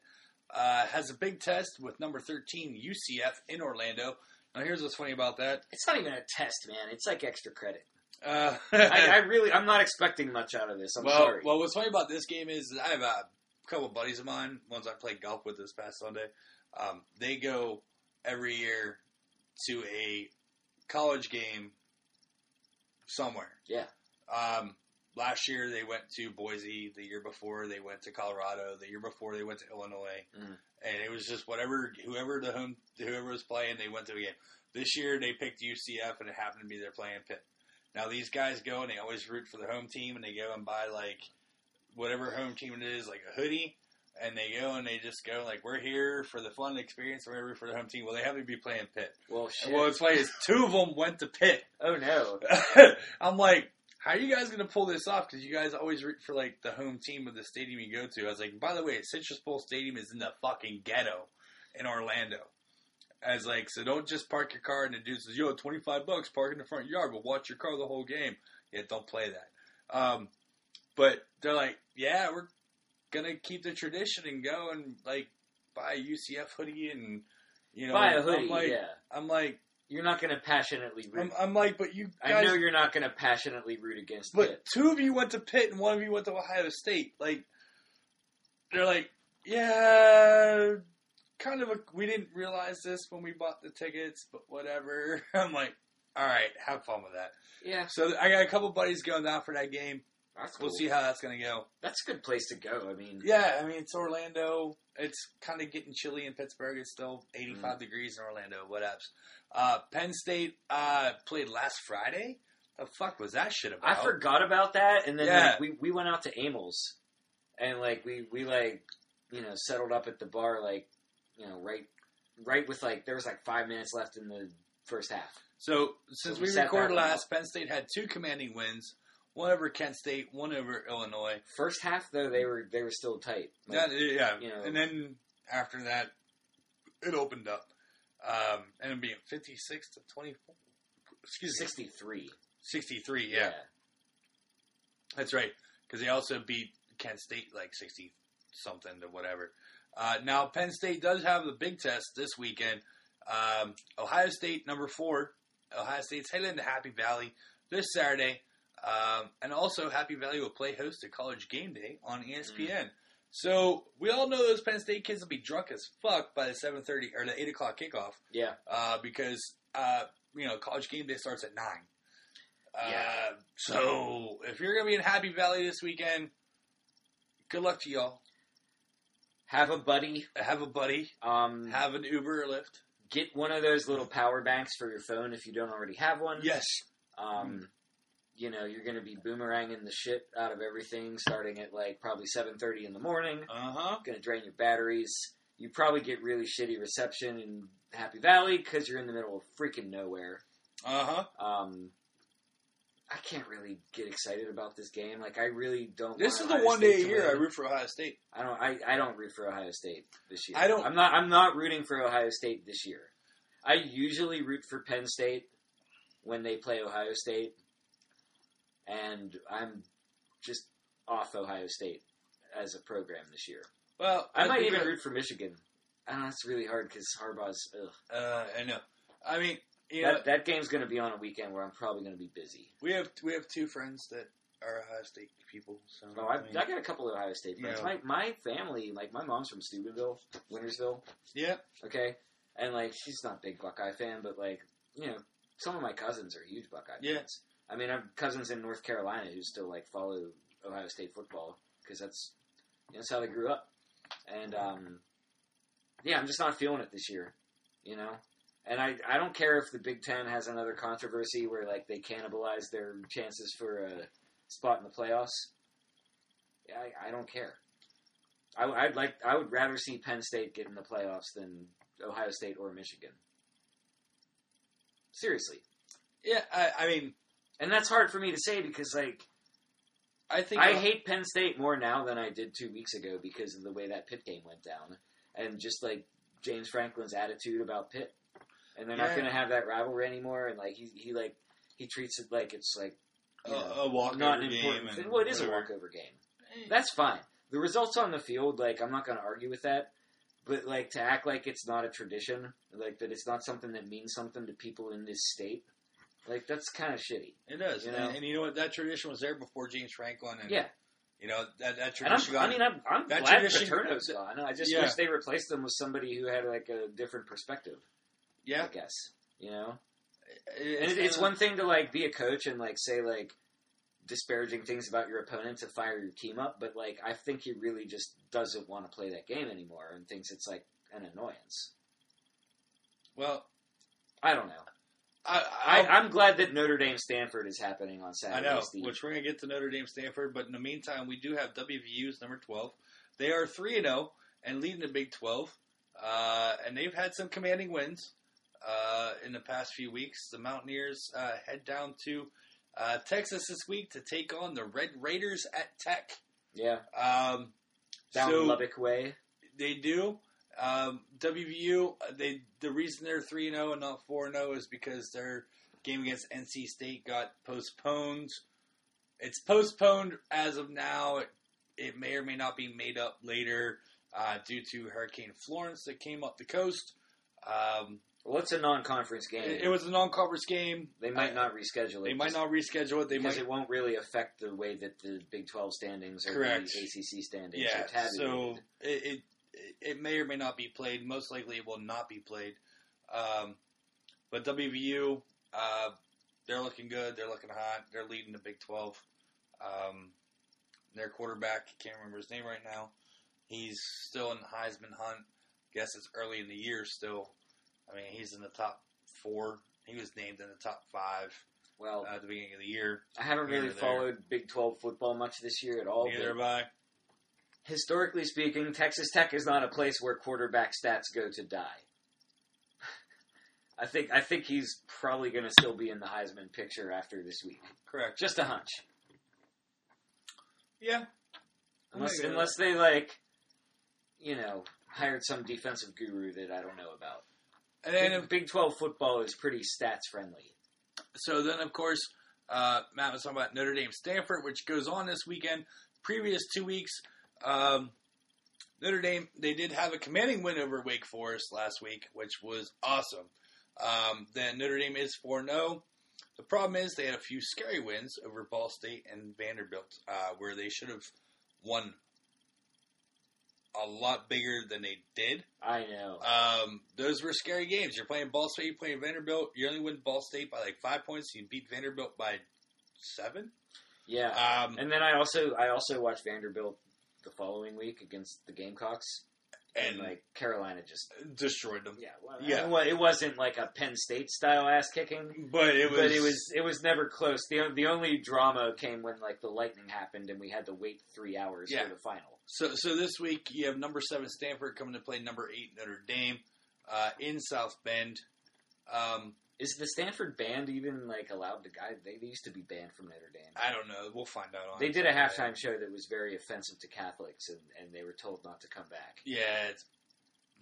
uh, has a big test with number thirteen UCF in Orlando. Now here's what's funny about that.
It's not even a test, man. It's like extra credit.
Uh, [LAUGHS]
I, I really, I'm not expecting much out of this. I'm
well,
sorry.
well, what's funny about this game is that I have a couple buddies of mine, ones I played golf with this past Sunday. Um, they go every year to a college game somewhere.
Yeah.
Um, last year they went to Boise. The year before they went to Colorado. The year before they went to Illinois.
Mhm.
And it was just whatever, whoever the home, whoever was playing, they went to a game. This year they picked UCF, and it happened to be they're playing Pitt. Now these guys go and they always root for the home team, and they go and buy like whatever home team it is, like a hoodie, and they go and they just go like, "We're here for the fun experience, we're here for the home team." Well, they happen to be playing Pitt.
Well, shit.
Well, it's funny is two of them went to Pitt.
oh no.
[LAUGHS] I'm like, how are you guys going to pull this off? Because you guys always root for like the home team of the stadium you go to. I was like, by the way, Citrus Bowl Stadium is in the fucking ghetto in Orlando. I was like, so don't just park your car and the dude says, yo, 25 bucks, park in the front yard, but watch your car the whole game. Yeah, don't play that. Um, but they're like, yeah, we're going to keep the tradition and go and like buy a UCF hoodie and, you know,
Buy a hoodie.
I'm like,
yeah,
I'm like,
you're not going to passionately root.
I'm, I'm like, but you guys
I know you're not going to passionately root against
But
it.
two of you went to Pitt and one of you went to Ohio State. Like, they're like, yeah, kind of. A, we didn't realize this when we bought the tickets, but whatever. [LAUGHS] I'm like, All right, have fun with that.
Yeah,
So I got a couple buddies going down for that game.
that's cool.
We'll see how that's going to go.
That's a good place to go. I mean,
Yeah, I mean it's Orlando. It's kind of getting chilly in Pittsburgh. It's still 85
Mm.
degrees in Orlando. What else? Uh, Penn State uh, played last Friday. The fuck was that shit about?
I forgot about that, and then
Yeah.
like we, we went out to Amos, and like we we like you know settled up at the bar like you know right right with like there was like five minutes left in the first half.
So since
So we
we,
sat
recorded
back and-
last, Penn State had two commanding wins. One over Kent State, one over Illinois.
First half though they were they were still tight.
yeah,
Like,
yeah.
you know-
and then after that, it opened up. Um, and it being 56 to 24. Excuse me.
Sixty three.
63, yeah. That's right, because they also beat Kent State like sixty something to whatever. Uh, now Penn State does have the big test this weekend. Um, Ohio State number four. Ohio State's headed into Happy Valley this Saturday, um, and also Happy Valley will play host to College Game Day on E ESPN. So we all know those Penn State kids will be drunk as fuck by the seven thirty or the eight o'clock kickoff
Yeah.
uh, because uh, you know college game day starts at nine. Uh,
Yeah.
So if you're gonna be in Happy Valley this weekend, good luck to y'all.
Have a buddy.
Have a buddy.
Um,
Have an Uber or Lyft.
get one of those little power banks for your phone if you don't already have one.
Yes.
Um, you know, you're going to be boomeranging the shit out of everything starting at like probably 7:30 in the morning.
Uh huh.
Going to drain your batteries. You probably get really shitty reception in Happy Valley cuz you're in the middle of freaking nowhere.
Uh huh.
Um I can't really get excited about this game. Like I really don't
This
want
is the
Ohio
one
State
day a
to
year I
win.
root for Ohio State.
I don't I, I don't root for Ohio State this year.
I don't-
I'm not I'm not rooting for Ohio State this year. I usually root for Penn State when they play Ohio State and I'm just off Ohio State as a program this year.
Well,
I, might
think
even
I-
root for Michigan. I don't know, it's really hard because Harbaugh's. Ugh.
Uh, I know. I mean, you know,
That, that game's going to be on a weekend where I'm probably going to be busy.
we have we have two friends that are Ohio State people. So
Oh, I,
mean,
I got a couple of Ohio State friends.
Yeah.
My, my family, like my mom's from Steubenville, Wintersville.
yeah.
okay? And like she's not a big Buckeye fan, but like you know, some of my cousins are huge Buckeye
Yeah.
fans. I mean, I have cousins in North Carolina who still like follow Ohio State football because that's that's how they grew up. And um, yeah, I'm just not feeling it this year, you know. And I, I don't care if the Big Ten has another controversy where like they cannibalize their chances for a spot in the playoffs. I, I don't care. I, would like I would rather see Penn State get in the playoffs than Ohio State or Michigan. Seriously,
Yeah. I, I mean,
and that's hard for me to say because like
I think
I hate Penn State more now than I did two weeks ago because of the way that Pitt game went down and just like James Franklin's attitude about Pitt, and they're
Yeah.
not going to have that rivalry anymore. And like he he like he treats it like it's like
a,
you know,
a walkover
not an
game.
important.
and
Thing. Well, it is
whatever.
a walkover game. That's fine. The results on the field, like I'm not going to argue with that, but like to act like it's not a tradition, like that it's not something that means something to people in this state, like that's kind of shitty.
It does,
You
and-
know?
and, you know what? That tradition was there before James Franklin, and
yeah,
you know that that
and I'm,
tradition.
I
got,
mean, I'm, I'm
that
glad
tradition-
Paterno's gone. I just
Yeah.
wish they replaced him with somebody who had like a different perspective.
yeah,
I guess you know. And
it's,
it, it's one thing to like be a coach and like say like disparaging things about your opponent to fire your team up, but like I think he really just doesn't want to play that game anymore and thinks it's like an annoyance.
Well,
I don't know.
I
I,
I,
I'm glad that Notre Dame Stanford is happening on
I
Saturday.
know,
Steve.
which we're gonna get to Notre Dame, Stanford, but in the meantime, we do have WVU's number twelve. They are three and zero and leading the Big Twelve, uh, and they've had some commanding wins uh, in the past few weeks. The Mountaineers uh, head down to uh, Texas this week to take on the Red Raiders at Tech.
yeah,
Um,
down
so-
Lubbock way.
They do. Um, WVU, uh, they the reason they're three zero and not four zero is because their game against NC State got postponed. It's postponed as of now. It, it may or may not be made up later uh, due to Hurricane Florence that came up the coast. Um,
Well, it's a non-conference game.
it, it was a non-conference game. Uh,
they might not reschedule it.
They might
just
not reschedule it. They
because
might.
it won't really affect the way that the Big Twelve standings or
Correct.
the ACC standings
Yeah.
are tabulated.
So it, it it may or may not be played. Most likely, it will not be played. Um, but WVU, uh, They're looking good. They're looking hot. They're leading the Big 12. Um, their quarterback, can't remember his name right now. He's still in the Heisman hunt. Guess it's early in the year still. I mean, he's in the top four. He was named in the top five
Well,
uh, at the beginning of the year.
I haven't really
neither there.
followed Big 12 football much this year at all.
Neither
but
have I.
historically speaking, Texas Tech is not a place where quarterback stats go to die. [LAUGHS] I think I think he's probably going to still be in the Heisman picture after this week.
Correct.
Just a hunch.
Yeah.
Unless
I'm not gonna-
unless they like, you know, hired some defensive guru that I don't know about.
And then,
Big, Big Twelve football is pretty stats friendly.
So then, of course, uh, Matt was talking about Notre Dame Stanford, which goes on this weekend. Previous two weeks, um, Notre Dame they did have a commanding win over Wake Forest last week, which was awesome. Um, then Notre Dame is four zero. The problem is they had a few scary wins over Ball State and Vanderbilt, uh, where they should have won a lot bigger than they did.
I know.
Um, those were scary games. You're playing Ball State, you're playing Vanderbilt. You only win Ball State by like five points. You beat Vanderbilt by seven.
yeah.
Um,
and then I also I also watched Vanderbilt the following week against the Gamecocks, and,
and
like Carolina just
destroyed them.
yeah well,
Yeah.
I mean, well, it wasn't like a Penn State style ass kicking.
But it was.
but it was it was never close. the The only drama came when like the lightning happened and we had to wait three hours
Yeah.
for the final.
So so this week you have number seven Stanford coming to play number eight Notre Dame uh, in South Bend. Um,
Is the Stanford band even like allowed to? I, they, they used to be banned from Notre Dame.
I don't know. We'll find out. On
They did a halftime show that was very offensive to Catholics, and, and they were told not to come back.
Yeah, it's,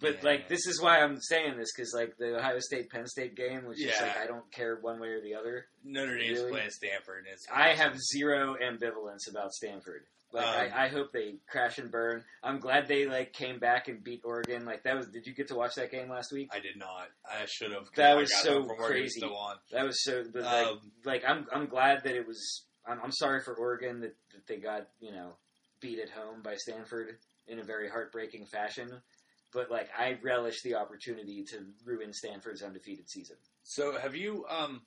But
Yeah.
like, this is why I'm saying this because like the Ohio State Penn State game was just
Yeah.
like I don't care one way or the other.
Notre Dame's
Really?
playing Stanford. And it's
I have zero ambivalence about Stanford. Like
Um,
I, I hope they crash and burn. I'm glad they like came back and beat Oregon. Like that was. Did you get to watch that game last week?
I did not. I should have. 'cause
That
I
was
got
so
home from work, it was
crazy.
Still on.
That was so. But like,
Um,
like I'm I'm glad that it was. I'm, I'm sorry for Oregon that, that they got you know beat at home by Stanford in a very heartbreaking fashion. But like I relish the opportunity to ruin Stanford's undefeated season.
So have you um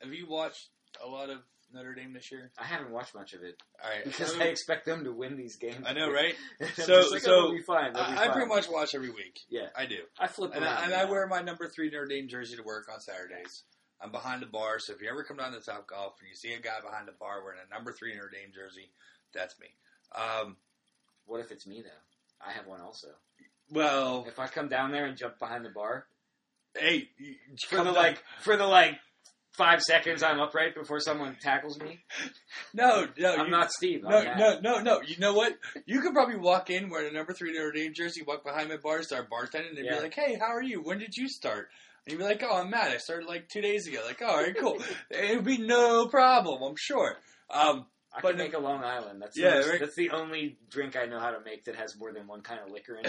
have you watched a lot of Notre Dame this year?
I haven't watched much of it
All right,
because
I,
I expect them to win these games.
I know,
[LAUGHS]
right? So-
so like,
so,
so be fine. they'll be
I, I
fine."
pretty much watch every week.
Yeah.
I do,
I flip
and,
around.
I, and
you
I
know.
wear my number three Notre Dame jersey to work on Saturdays. I'm behind the bar, so if you ever come down to Top Golf and you see a guy behind the bar wearing a number three Notre Dame jersey, that's me. Um,
What if it's me though? I have one also.
well,
If I come down there and jump behind the bar
hey, you-
for
come
the
down-
like for the like five seconds I'm upright before someone tackles me,
no, no,
I'm
you-
not Steve.
No,
I'm Matt.
no, no, no. You know what? You could probably walk in wearing a number three Notre Dame jersey, walk behind my bar, start bartending, and
Yeah.
be like, "Hey, how are you? When did you start?" And you'd be like, "Oh, I'm Matt. I started like two days ago." Like, "All right,
[LAUGHS]
cool." It'd be no problem, I'm sure.
[LAUGHS]
Um, [LAUGHS]
I
But
can make a Long Island. That's
Yeah,
the most-
right.
that's the only drink I know how to make that has more than one kind of liquor
[LAUGHS]
in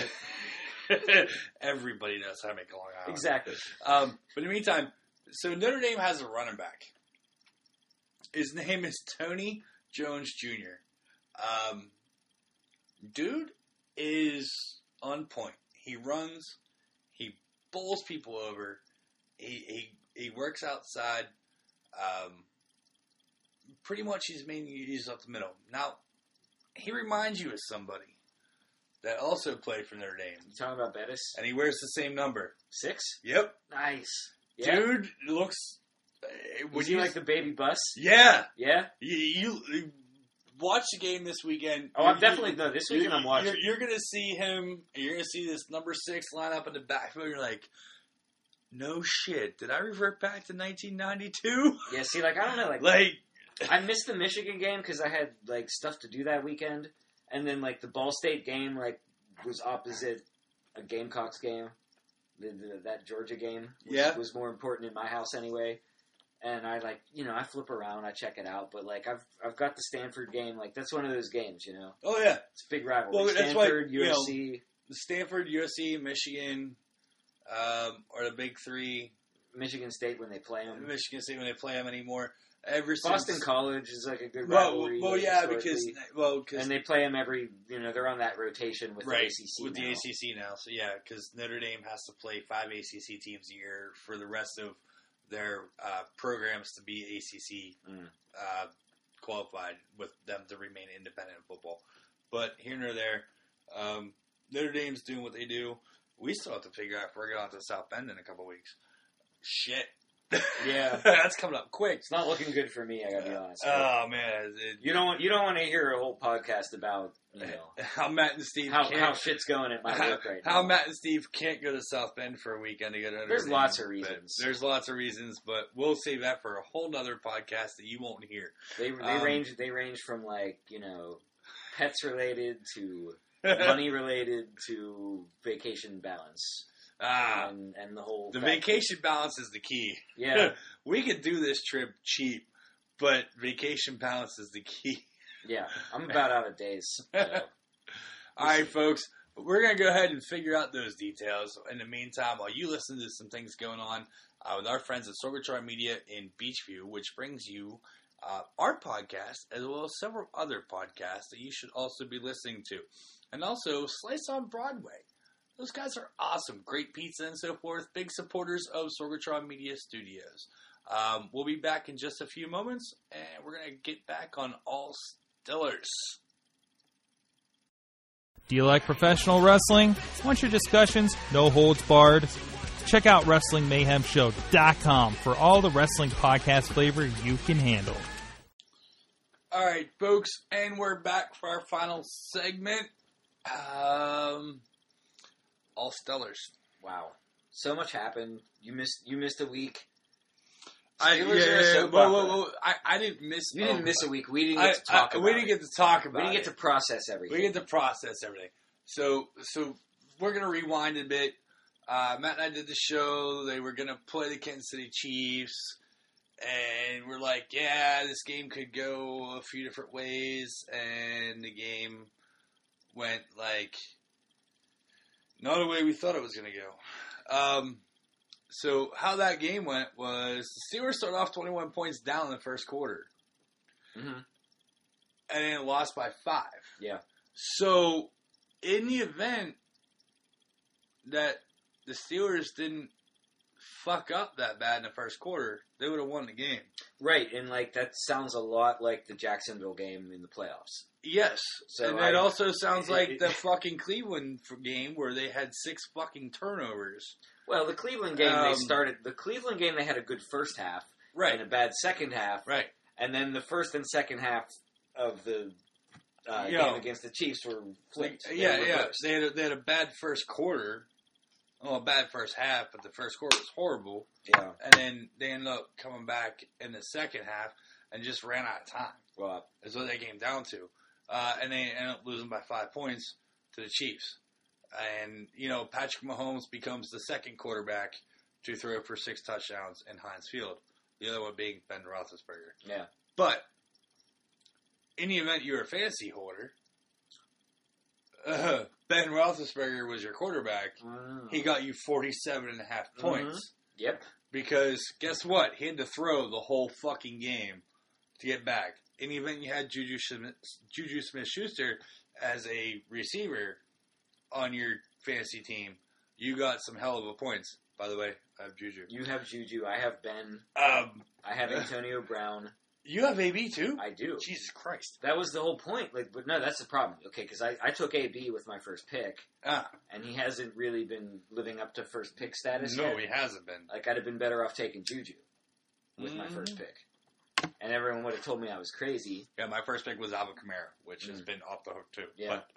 it.
everybody knows how to make a Long Island.
exactly.
Um, but in the meantime, so Notre Dame has a running back. His name is Tony Jones Jr. Um, dude is on point. He runs, he bowls people over, he he, he works outside. Um, pretty much, he's mainly used up the middle. Now, he reminds you of somebody that also played for Notre Dame,
You talking about Bettis?
and he wears the same number.
Six?
Yep.
Nice. Yeah.
Dude looks. uh, Would
Is he
you
like the baby bus?
Yeah,
Yeah.
you, you, you watch the game this weekend.
Oh,
You-
I'm definitely no. This
you-
weekend I'm watching.
You're, you're gonna see him. and You're gonna see this number six lineup in the backfield. You're like, no shit. Did I revert back to 1992?
Yeah. See, like I don't know,
[LAUGHS]
like
Like,
I missed the Michigan game because I had like stuff to do that weekend, and then like the Ball State game like was opposite a Gamecocks game, the, the, that Georgia game, which
Yeah.
was more important in my house anyway. And I like you know I flip around, I check it out, but like I've I've got the Stanford game, like that's one of those games, you know,
oh yeah,
it's a big rivalry.
Well, that's why,
Stanford,
you know-
USC,
Stanford, USC, Michigan, um, are the big three.
Michigan State when they play them.
Michigan State when they play them anymore. Ever
Boston
since
College is like a good
well,
rivalry.
well,
like,
yeah, because
historically.
well, because
and they play them every you know they're on that rotation with
right,
the ACC
with
now.
the ACC now. So yeah, because Notre Dame has to play five ACC teams a year for the rest of their uh, programs to be ACC
Mm.
uh, qualified, with them to remain independent in football. But here nor there, um, Notre Dame's doing what they do. We still have to figure out if we're going out to South Bend in a couple weeks. Shit,
Yeah.
[LAUGHS] that's coming up quick.
It's not looking good for me. I gotta be honest.
Oh [LAUGHS] man, it,
you don't want- you don't want to hear a whole podcast about you know
how Matt and Steve
how,
can't,
how shit's going at my work right
how
now.
Matt and Steve can't go to South Bend for a weekend to go to Notre
There's
Dame,
lots of
but
reasons.
There's lots of reasons, but we'll save that for a whole nother podcast that you won't hear.
They they
Um,
range they range from like you know pets related to money related to vacation balance
[LAUGHS] ah,
and and the whole
the
fact-
vacation balance is the key.
Yeah,
We could do this trip cheap, but vacation balance is the key.
yeah. I'm about out of days.
[LAUGHS]
so.
All right, folks. We're going to go ahead and figure out those details. In the meantime, while you listen to some things going on uh, with our friends at Sorgatron Media in Beachview, which brings you uh, our podcast as well as several other podcasts that you should also be listening to. And also, Slice on Broadway. Those guys are awesome. Great pizza and so forth. Big supporters of Sorgatron Media Studios. Um, we'll be back in just a few moments, and we're going to get back on all stillers.
Do you like professional wrestling? Want your discussions no holds barred? Check out WrestlingMayhemShow.com for all the wrestling podcast flavor you can handle.
All right, folks, and we're back for our final segment. Um, all stellars.
Wow, so much happened. You missed you missed a week.
I,
Steelers are a soap
whoa, whoa,
opera.
whoa. I, I didn't miss.
You didn't miss a week. We didn't
Oh I,
get to talk
I-
about.
we didn't
it.
get to talk about.
we didn't get
it.
to process everything.
We get to process everything. So, so we're gonna rewind a bit. Uh, Matt and I did the show. They were gonna play the Kansas City Chiefs, and we're like, yeah, this game could go a few different ways, and the game went like not the way we thought it was gonna go. Um, so how that game went was the Steelers started off 21 points down in the first quarter,
Mhm.
and then lost by five.
Yeah.
So, in the event that the Steelers didn't fuck up that bad in the first quarter, they would have won the game.
Right, and like that sounds a lot like the Jacksonville game in the playoffs.
Yes.
So
and
I-
it also sounds like
it-
the fucking Cleveland f- game where they had six fucking turnovers.
Well, the Cleveland game
Um,
they started the Cleveland game they had a good first half and a bad second half,
Right.
and then the first and second half of the uh,
Yeah.
game against the Chiefs were flipped. They
yeah,
were
yeah.
reversed.
They had, a, they had a bad first quarter. Well, a bad first half, but the first quarter was horrible.
yeah.
And then they ended up coming back in the second half and just ran out of time.
Well,
is what they came down to. Uh, and they end up losing by five points to the Chiefs. And, you know, Patrick Mahomes becomes the second quarterback to throw for six touchdowns in Heinz Field, the other one being Ben Roethlisberger.
Yeah.
But, in the event you're a fantasy hoarder, uh, [LAUGHS] Ben Roethlisberger was your quarterback.
mm,
He got you 47 and a half points.
yep.
Because guess what? He had to throw the whole fucking game to get back. In the event you had Juju Smith, Juju Smith Schuster as a receiver on your fantasy team, you got some hell of a points. By the way, I have Juju.
You have Juju. I have Ben.
Um,
I have Antonio Brown.
you have AB too.
I do.
Jesus Christ!
That was the whole point. Like, but no, that's the problem. Okay, because I, I took AB with my first pick,
Ah,
and he hasn't really been living up to first pick status.
no,
yet.
he hasn't been.
Like I'd have been better off taking Juju with my first
Mm-hmm.
pick, and everyone would have told me I was crazy.
Yeah, my first pick was Alvin Kamara, which has
Mm.
been off the hook too.
Yeah.
But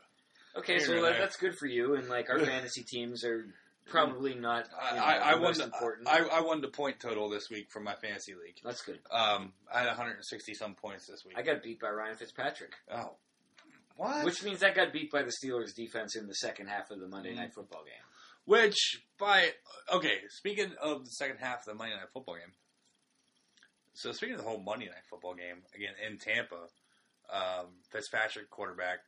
Okay, so
You're
that,
right.
that's good for you, and
[LAUGHS]
like our fantasy teams are probably not.
I,
you know,
I, I
the
won.
most
The,
important.
I, I won the point total this week from my fantasy league.
that's good.
Um, I had 160 some points this week.
I got beat by Ryan Fitzpatrick,
Oh. What? Which,
which means I got beat by the Steelers defense in the second half of the Monday
Mm.
Night Football game.
which, by, okay, speaking of the second half of the Monday Night Football game, so speaking of the whole Monday Night Football game, again, in Tampa, um, Fitzpatrick, quarterback,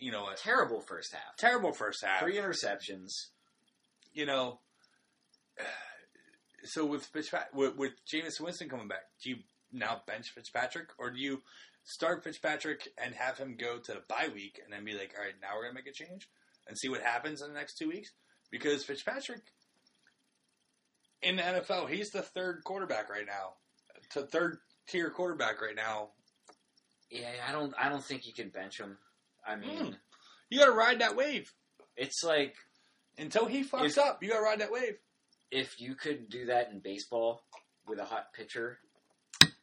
you know, a
Terrible first half.
terrible first half.
Three interceptions.
You know, so with, Fitzpatrick, with, with Jameis Winston coming back, do you now bench Fitzpatrick, or do you start Fitzpatrick and have him go to the bye week and then be like, all right, now we're going to make a change and see what happens in the next two weeks? Because Fitzpatrick, in the NFL, he's the third quarterback right now, to third tier quarterback right now.
Yeah, I don't. I don't think you can bench him. I mean,
Hmm. You got to ride that wave
it's like
until he fucks
If-
up. You got to ride that wave.
if you could do that in baseball with a hot pitcher.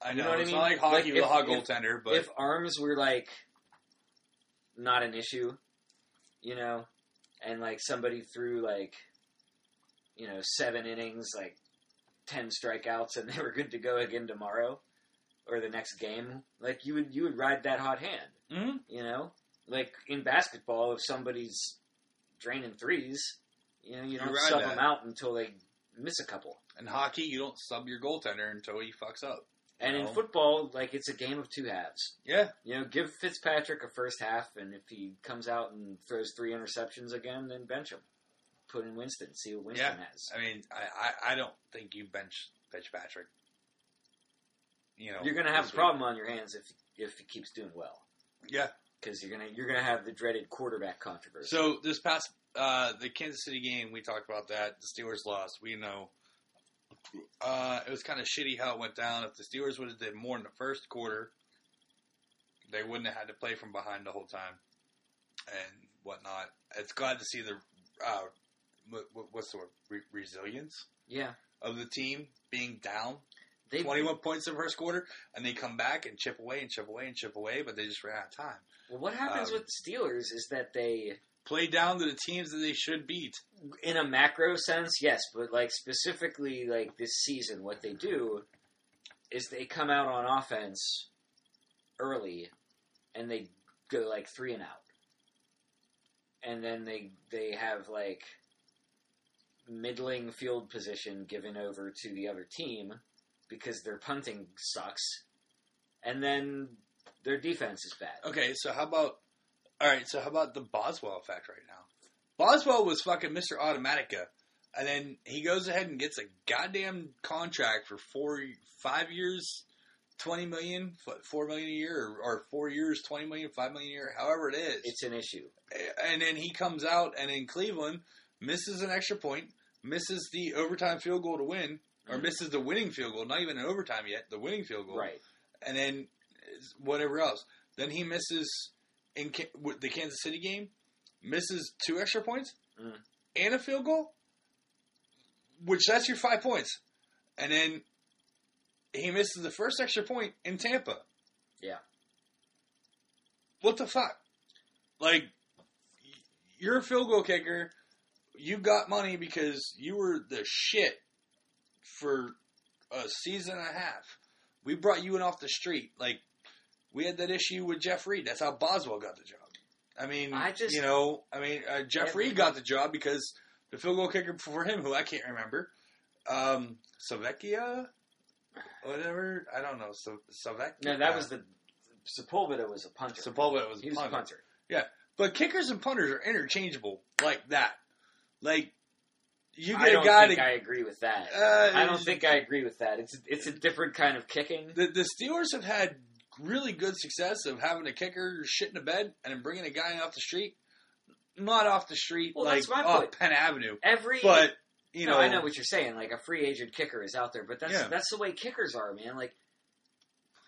I
You
know,
know what I
it's
mean?
not like hockey
Like,
with
if-
a hot
if-
goaltender, but
if arms were like not an issue, you know, and like somebody threw like you know seven innings, like ten strikeouts, and [LAUGHS] they were good to go again tomorrow or the next game, like you would you would ride that hot hand.
Mhm.
You know, like in basketball, if somebody's draining threes, you know, you don't
ride
sub
that.
them out until they miss a couple.
in hockey, you don't sub your goaltender until he fucks up.
And in
No.
football, like it's a game of two halves.
Yeah,
You know, give Fitzpatrick a first half, and if he comes out and throws three interceptions again, then bench him. Put in Winston. See what Winston has.
I mean, I, I, I don't think you bench Fitzpatrick. You know,
You're going to have
this
a
week.
problem on your hands if if he keeps doing well,
Yeah.
because you're gonna you're gonna have the dreaded quarterback controversy.
So this past uh, the Kansas City game, we talked about that. The Steelers lost. We know uh, it was kind of shitty how it went down. If the Steelers would have did more in the first quarter, they wouldn't have had to play from behind the whole time and whatnot. It's glad to see the uh, what, what- what's the word Re- resilience
yeah,
of the team being down
they
21 points in the first quarter, and they come back and chip away and chip away and chip away, but they just ran out of time.
Well, what happens
um,
with the Steelers is that they,
Play down to the teams that they should beat.
in a macro sense, yes, but like specifically, like this season, what they do is they come out on offense early, and they go like three and out, and then they they have like middling field position given over to the other team because their punting sucks, and then their defense is bad.
Okay, so how about all right? So how about the Boswell effect right now? Boswell was fucking Mister Automatica, and then he goes ahead and gets a goddamn contract for four, five years, twenty million, what, four million a year, or, or four years, twenty million, five million a year, however it is.
It's an issue.
and then he comes out and in Cleveland misses an extra point, misses the overtime field goal to win, or
Mhm.
misses the winning field goal, not even an overtime yet, the winning field goal,
Right.
and then is whatever else. Then he misses in Ca- with the Kansas City game, misses two extra points
Mm.
and a field goal, which that's your five points. And then he misses the first extra point in Tampa.
Yeah.
What the fuck? Like, y- you're a field goal kicker. You got money because you were the shit for a season and a half. We brought you in off the street. Like we had that issue with Jeff Reed. That's how Boswell got the job. I mean,
I just-
you know, I mean, uh, Jeff
Yeah.
Reed got the job because the field goal kicker before him, who I can't remember, um, Savecchia, whatever. I don't know. So Savecchia.
No, that was the Sepulveda was a punter.
Sepulveda was
he was
punter.
a punter.
But kickers and punters are interchangeable like that. Like you
I
get a
don't
guy
think
to.
I agree with that.
uh,
I don't think I agree with that. It's it's a different kind of kicking.
The, the Steelers have had really good success of having a kicker shit in a bed and then bringing a guy in off the street. Not off the street,
Well,
like
that's my
off
point.
Penn Avenue.
Every
But, you
no,
know,
I know what you're saying. Like a free agent kicker is out there, but that's
Yeah.
that's the way kickers are, man. Like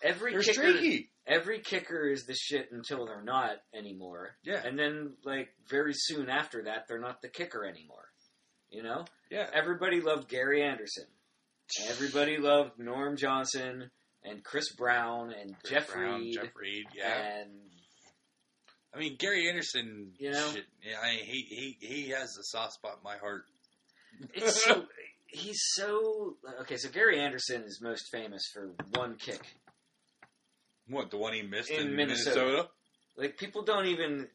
every
they're
kicker,
streaky.
every kicker is the shit until they're not anymore,
Yeah.
and then like very soon after that, they're not the kicker anymore. You know,
Yeah.
everybody loved Gary Anderson. Everybody loved Norm Johnson and Chris Brown and Jeff
Brown,
Reed
Jeff Reed, yeah.
and
I mean, Gary Anderson,
You know?
shit, yeah, I, he, he, he has a soft spot in my heart.
It's
[LAUGHS]
so he's so okay. So Gary Anderson is most famous for one kick.
What, the one he missed in,
In
Minnesota?
Minnesota. Like people don't even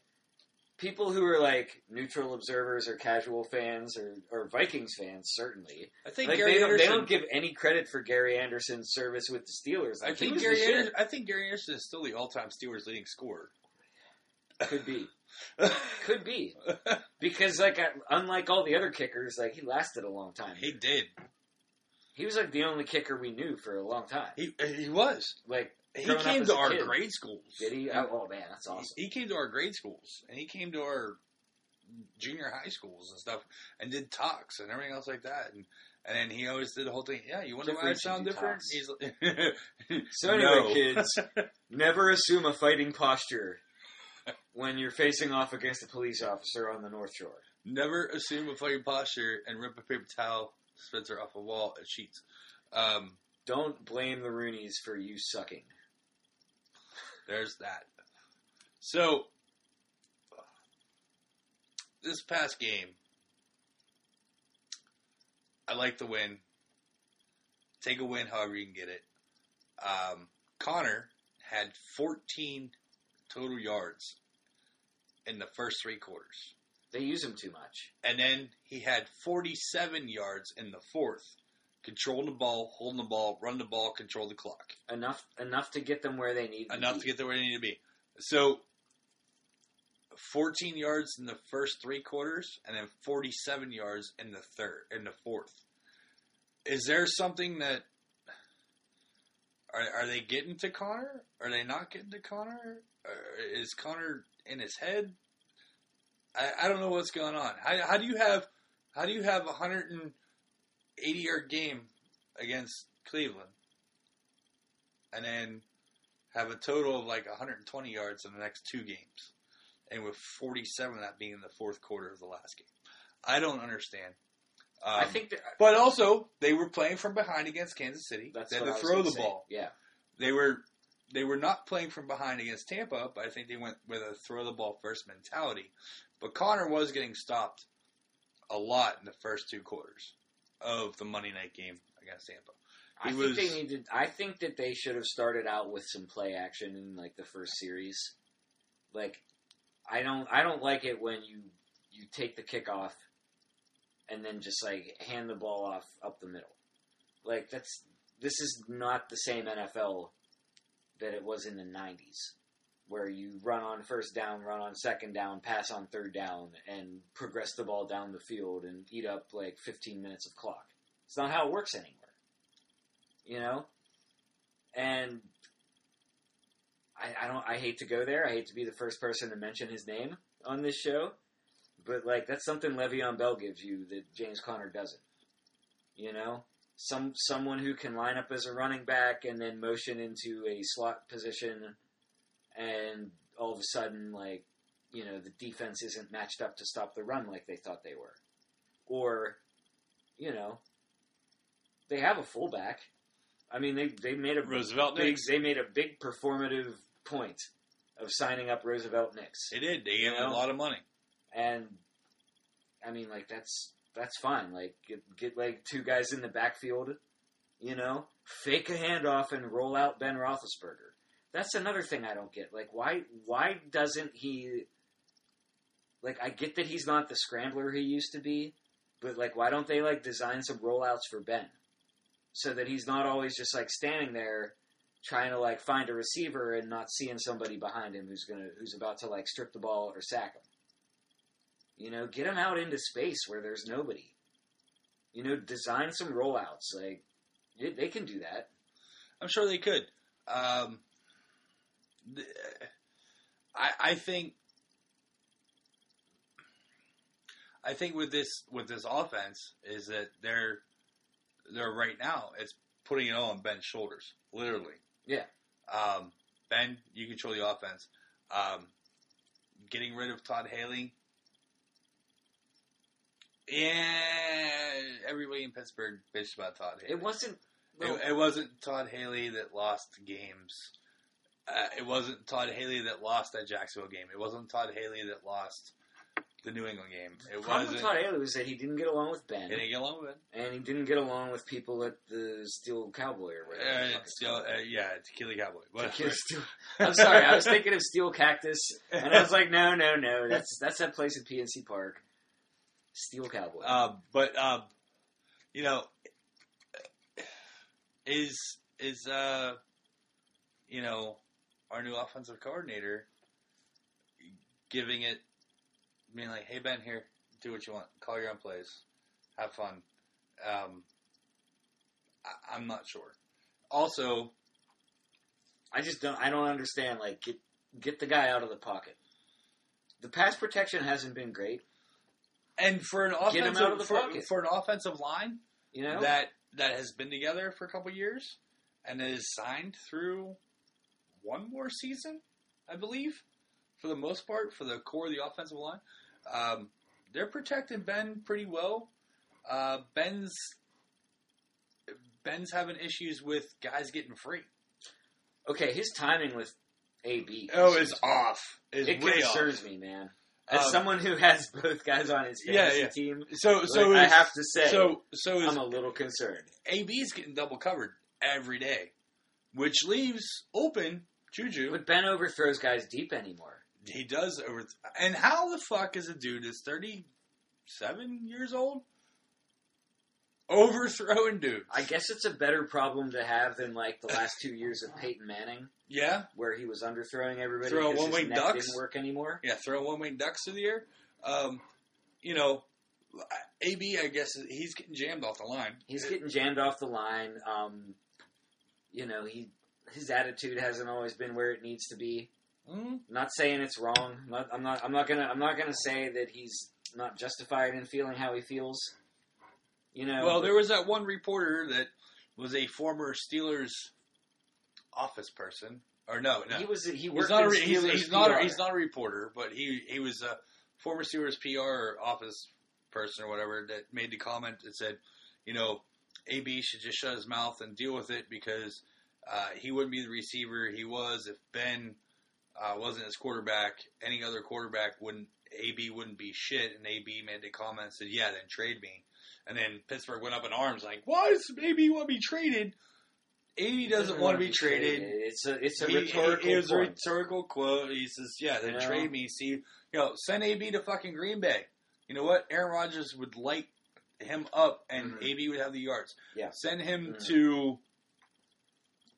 people who are like neutral observers or casual fans or, or Vikings fans certainly.
I think
Like
Gary
they don't, they
Anderson.
don't give any credit for Gary Anderson's service with the Steelers. Like,
I
he
think
was the
Gary
shit.
Anderson, I think Gary Anderson is still the all-time Steelers leading scorer.
[LAUGHS]
[LAUGHS]
could be
[LAUGHS]
could be because like I- unlike all the other kickers, like he lasted a long time.
he did.
He was like the only kicker we knew for a long time.
He he was.
Like
He
Growing up
came
as
to
a
our
kid.
grade schools.
did he? Oh, oh, man, that's
He- [LAUGHS]
awesome.
He came to our grade schools and he came to our junior high schools and stuff and did talks and everything else like that. And And then he always did the whole thing. Yeah, you wonder why I
Jeffrey should
sound
do
different?
talks.
He's [LAUGHS]
So anyway,
No.
kids, never assume a fighting posture when you're facing off against a police officer on the North Shore.
[LAUGHS] never assume a fucking posture and rip a paper towel Spencer off a wall at sheets. Um,
Don't blame the Roonies for you sucking.
there's that. So this past game, I like the win. Take a win however you can get it. Um, Connor had 14 total yards in the first three quarters.
They use him too much.
and then he had 47 yards in the fourth. Control the ball, holding the ball, run the ball, control the clock.
Enough enough to get them where they need
Enough to get there where they need to be. So, 14 yards in the first three quarters, and then 47 yards in the third, in the fourth. Is there something that are, are they getting to Connor? Are they not getting to Connor? Or is Connor in his head? I, I don't know what's going on. How, how do you have how do you have a 180 yard game against Cleveland, and then have a total of like 120 yards in the next two games, and with 47 of that being in the fourth quarter of the last game? I don't understand. Um,
I think that,
but also, they were playing from behind against Kansas City.
that's
they had to
what I was
throw
gonna
the
say.
ball.
Yeah,
They were they were not playing from behind against Tampa, but I think they went with a throw the ball first mentality. But Connor was getting stopped a lot in the first two quarters of the Monday night game against Tampa.
I
He
think
was-
they needed. I think that they should have started out with some play action in like the first series. Like, I don't. I don't like it when you you take the kickoff and then just like hand the ball off up the middle. Like that's this is not the same NFL that it was in the '90s, where you run on first down, run on second down, pass on third down, and progress the ball down the field and eat up like 15 minutes of clock. It's not how it works anymore you know and I, I don't i hate to go there i hate to be the first person to mention his name on this show but like that's something Le'Veon Bell gives you that James Conner doesn't you know some someone who can line up as a running back and then motion into a slot position and all of a sudden like you know the defense isn't matched up to stop the run like they thought they were or you know they have a fullback i mean they they made a
Roosevelt
big,
Diggs.
they made a big performative point of signing up Roosevelt Nix.
They did. They gave him
Yeah.
a lot of money.
And I mean, like that's that's fine. Like get, get like two guys in the backfield, you know, fake a handoff and roll out Ben Roethlisberger. That's another thing I don't get. Like why why doesn't he? Like I get that he's not the scrambler he used to be, but like why don't they like design some rollouts for Ben, so that he's not always just like standing there. Trying to like find a receiver and not seeing somebody behind him who's gonna who's about to like strip the ball or sack him. You know, get them out into space where there's nobody. You know, design some rollouts. Like, they, they can do that.
I'm sure they could. Um, th- I, I think, I think with this with this offense is that they're they're right now it's putting it all on Ben's shoulders, literally.
Yeah.
Um, ben, you control the offense. Um, getting rid of Todd Haley. Yeah, everybody in Pittsburgh bitched about Todd Haley.
It wasn't. well,
It, it wasn't Todd Haley that lost games. Uh, it wasn't Todd Haley that lost that Jacksonville game. It wasn't Todd Haley that lost the New England game.
the
It
problem with
wasn't.
Todd Haley was that he didn't get along with Ben,
Can he get along with it?
and he didn't get along with people at the Steel Cowboy or whatever. the
Uh,
fuck
it's
it's
still,
called.
uh, yeah, it's Keely Cowboy.
Tequila
Whatever.
Steel- [LAUGHS] I'm
[LAUGHS]
sorry, I was thinking of Steel Cactus, and I was like, no, no, no, that's that's that place in PNC Park, Steel Cowboy.
Um, but um, you know, is is uh, you know, our new offensive coordinator giving it, being like, "Hey Ben, here, do what you want, call your own plays, have fun." Um, I, I'm not sure. Also,
I just don't. I don't understand. Like, get get the guy out of the pocket. The pass protection hasn't been great.
and for an
Get him
offensive
out of the
for,
pocket.
for an offensive line
You know,
that that has been together for a couple years and is signed through one more season, I believe, for the most part, for the core of the offensive line. Um, they're protecting Ben pretty well. Uh, Ben's Ben's having issues with guys getting free.
okay, his timing with AB.
Oh, it's off. It's
It
way off.
concerns me, man. As
Um,
someone who has [LAUGHS] both guys on his
Yeah,
fantasy
yeah.
team,
So so
like, I
is-
have to say,
so so is
I'm a little concerned.
AB's getting double covered every day, which leaves open Juju.
But Ben overthrows guys deep anymore.
He does over. And how the fuck is a dude that's 37 years old overthrowing dudes?
I guess it's a better problem to have than like the last two years of Peyton Manning,
Yeah,
where he was underthrowing everybody
Throw
because his
one-wing
neck
ducks?
didn't work anymore.
yeah, throw one wing ducks through the air. Um, you know, AB, I guess he's getting jammed off the line.
He's getting jammed off the line. Um, you know, he his attitude hasn't always been where it needs to be.
Mm,
I'm not saying it's wrong. I'm not, I'm not. I'm not gonna. I'm not gonna say that he's not justified in feeling how he feels. You know.
Well, there was that one reporter that was a former Steelers office person, or no, no,
he was. He
He's
worked.
not, a,
in
re- he's,
Steelers
he's not
PR.
a, he's not a reporter, but he he was a former Steelers PR office person or whatever that made the comment that said, you know, AB should just shut his mouth and deal with it because uh, he wouldn't be the receiver he was if Ben uh, wasn't his quarterback. Any other quarterback wouldn't AB wouldn't be shit, and AB made the comment and said, yeah, then trade me. And then Pittsburgh went up in arms like, why does AB want to be traded? AB doesn't, want to be traded.
It's a. It's a
He- he-
rhetorical.
it was a
point.
rhetorical quote. He says, "Yeah, then
Yeah.
trade me. See, you know, send AB to fucking Green Bay. You know what? Aaron Rodgers would light him up, and
Mhm.
AB would have the yards.
Yeah.
send him
Mhm.
to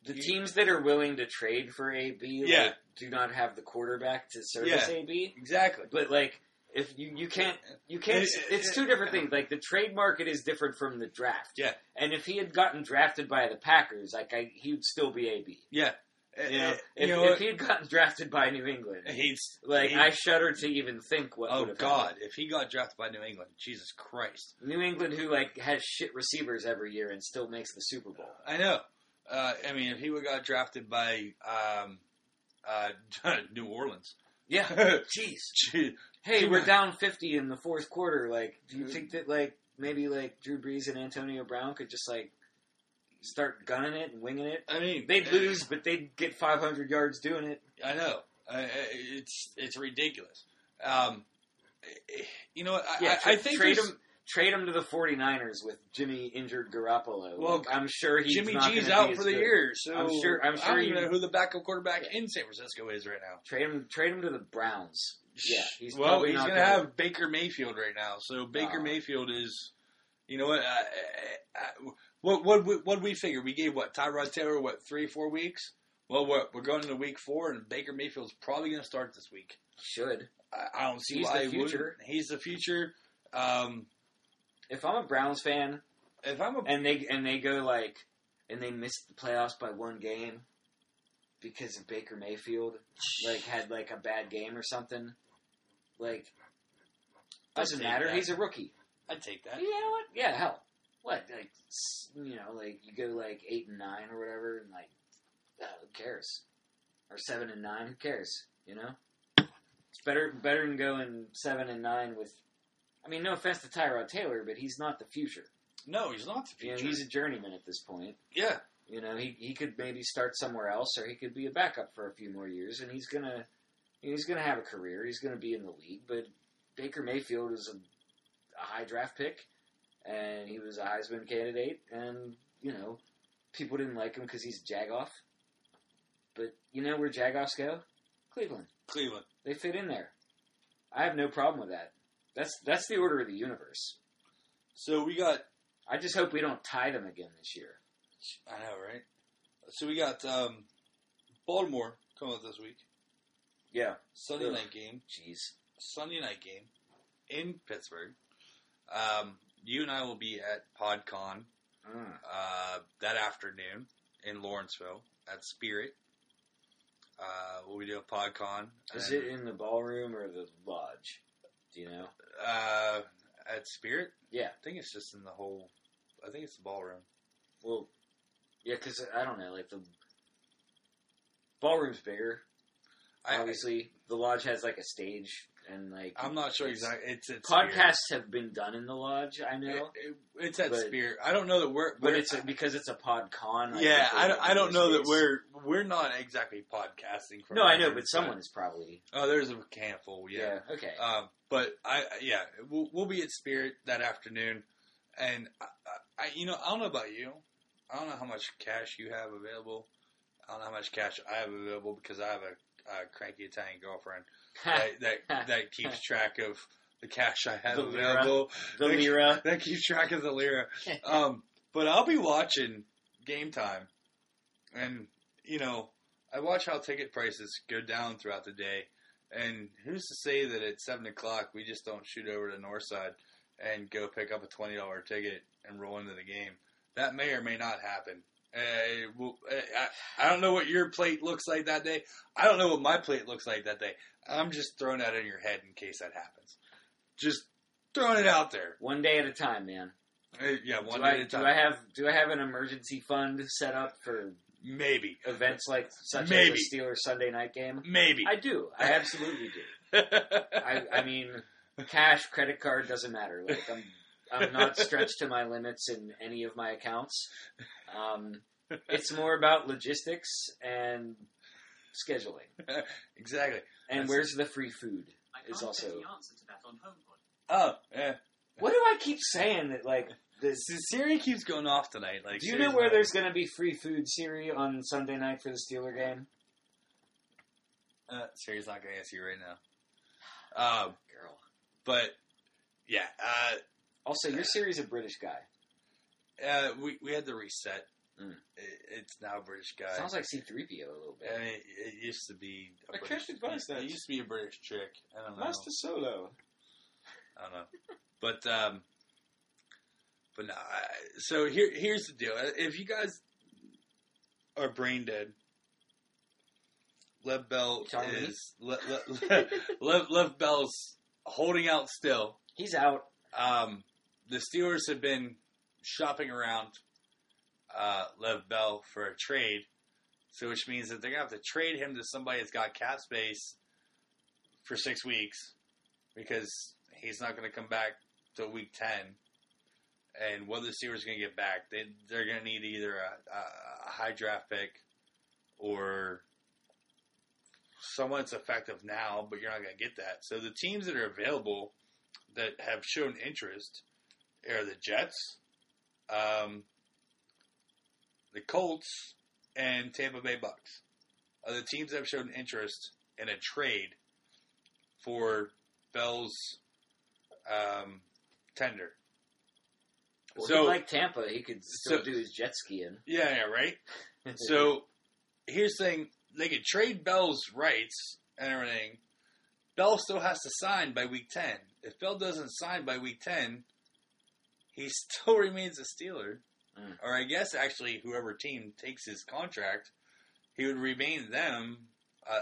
the
You-
teams that are willing to trade for AB like,
Yeah.
do not have the quarterback to service
Yeah.
AB.
exactly.
But like if you you can't you can't
It- it-
it's two different things. Like the trade market is different from the draft.
Yeah.
And if he had gotten drafted by the Packers, like I, he would still be AB.
Yeah,
You know,
Uh,
if,
you know
if
what?
he had gotten drafted by New England,
He's
like
he-
I shudder to even think what. would
oh
have
god, if he got drafted by New England, Jesus Christ,
happened. New England, who like has shit receivers every year and still makes the Super Bowl.
I know. Uh, I mean, if he would got drafted by um, uh, [LAUGHS] New Orleans, [LAUGHS]
Yeah, jeez.
Gee,
[LAUGHS] hey,
Too Uh,
we're
much.
down 50 in the fourth quarter. Like, do you think that, like, maybe, like, Drew Brees and Antonio Brown could just, like, start gunning it and winging it?
I mean, eh.
They'd lose, but they'd get 500 yards doing it.
I know. I, I- it's it's ridiculous. Um, you know, what? I,
Yeah,
I, I
tra-
think
trade
there's-
him. Trade him to the 49ers with Jimmy injured Garoppolo.
Well,
Like, I'm sure he's
Jimmy
not
G's
gonna be
out
as
for the
good.
year, so
I'm sure- I'm
I
sure
don't even
you-
know who the backup quarterback in San Francisco is right now.
Trade him. Trade him to the Browns. Yeah, he's
well,
probably
he's
not
gonna
gonna-
have Baker Mayfield right now. So Baker
Oh.
Mayfield is, you know what? I, I, I, what what we- what we figure? We gave what Tyrod Taylor what three four weeks. Well, what we're going into week four, and Baker Mayfield's probably going to start this week.
Should.
I, I don't see
He's
why
the
he wouldn't.
future.
He's the future. Um,
If I'm a Browns fan
if I'm a
and they and they go like and they missed the playoffs by one game because of Baker Mayfield, like had like a bad game or something. Like
I'd
doesn't
take
matter.
that.
He's a rookie.
I'd take that.
You know what? Yeah, hell, what like s- you know like you go like eight and nine or whatever, and like oh, who cares? Or seven and nine, who cares? You know, it's better better than going seven and nine with. I mean, no offense to Tyrod Taylor, but he's not the future.
No, he's not the
You know,
future.
he's a journeyman at this point.
yeah,
You know, he, he could maybe start somewhere else, or he could be a backup for a few more years, and he's gonna he's gonna have a career. He's gonna be in the league. But Baker Mayfield is a, a high draft pick, and he was a Heisman candidate, and you know, people didn't like him because he's Jagoff. But you know where Jagoffs go? Cleveland.
Cleveland.
They fit in there. I have no problem with that. That's that's the order of the universe.
So we got.
I just hope we don't tie them again this year.
I know, right? So we got um, Baltimore coming up this week.
Yeah.
Sunday
Ugh.
night game.
Jeez.
Sunday night game in Pittsburgh. Um, you and I will be at PodCon
Mm.
uh, that afternoon in Lawrenceville at Spirit. Uh, we'll be doing PodCon.
Is
and,
it in the ballroom or the lodge? Do you know?
uh, at Spirit?
Yeah.
I think it's just in the whole. I think it's the ballroom.
Well, yeah, because I don't know, like the
Ballroom's bigger.
I,
obviously the lodge has like a stage and like
I'm not sure
it's-
exactly. It's it's
Podcasts have been done in the lodge, I know,
Spirit. It- it- it's at
but-
Spirit. I don't know that we're,
but
we're-
it's because it's a pod con. I
yeah.
think they
I don't,
have
I don't know that
space.
we're we're not exactly podcasting. From
No, I know,
here,
but someone is probably
Oh, there's a handful. Yeah.
yeah. Okay, [LAUGHS]
Um, but I, I- yeah, we'll, we'll be at Spirit that afternoon, and I, I, I- you know, I don't know about you. I don't know how much cash you have available. I don't know how much cash I have available because I have a, a cranky Italian girlfriend
[LAUGHS]
that, that that keeps track of the cash I have
The lira.
available.
the lira.
[LAUGHS] That keeps track of the lira. Um, but I'll be watching game time, and you know, I watch how ticket prices go down throughout the day. And who's to say that at seven o'clock we just don't shoot over to Northside and go pick up a twenty dollar ticket and roll into the game? That may or may not happen. Uh, well, uh, I, I don't know what your plate looks like that day. I don't know what my plate looks like that day. I'm just throwing that in your head in case that happens. Just throwing it out there.
One day at a time, man.
Uh, yeah, one
do
day
I,
at a time.
Do I have do I have an emergency fund set up for
maybe,
events like such
Maybe.
as the Steelers Sunday night game?
maybe.
I do. I absolutely do. I, I mean, cash, credit card doesn't matter. Like I'm, I'm not stretched to my limits in any of my accounts. Um, it's more about logistics and scheduling.
[LAUGHS] exactly.
And
That's-
where's the free food?
I
is
can't
also-
say the answer to that on HomePod.
Oh, yeah.
What do I keep saying that like this?
See, Siri keeps going off tonight. Like,
Do you
Siri's
know where
not-
there's going to be free food, Siri, on Sunday night for the Steeler game?
Uh, Siri's not going to answer you right now. Um,
Girl.
but yeah, uh,
Also, your Siri's a British guy.
uh, we we had to reset.
Mm.
It, it's now a British guy.
Sounds like C3PO a little
I
bit.
mean, it used to be. a
I can't
British-
advise that.
It used to be a British trick. I don't know.
Master Solo.
I don't know. But um, but no. I- So here here's the deal. If you guys are brain dead, Lev Bell
You telling me?
is Le, Le, [LAUGHS] Lev, Lev Bell's holding out still.
He's out.
Um, the Steelers have been shopping around uh, Lev Bell for a trade, so which means that they're gonna have to trade him to somebody that's got cap space for six weeks because he's not gonna come back till week ten. And what the Steelers are gonna get back, they they're gonna need either a, a, a high draft pick or someone that's effective now, but you're not gonna get that. So the teams that are available that have shown interest are the Jets, um, the Colts, and Tampa Bay Bucks. Are the teams that have shown interest in a trade for Bell's um, tender?
Or
So-
like Tampa, he could still
so-
do his jet skiing.
Yeah, yeah, right. [LAUGHS] so here's the thing: they could trade Bell's rights and everything. Bell still has to sign by week ten. If Bell doesn't sign by week ten, he [LAUGHS] still remains a Steeler.
Mm.
Or I guess actually, whoever team takes his contract, he would remain them, uh, uh,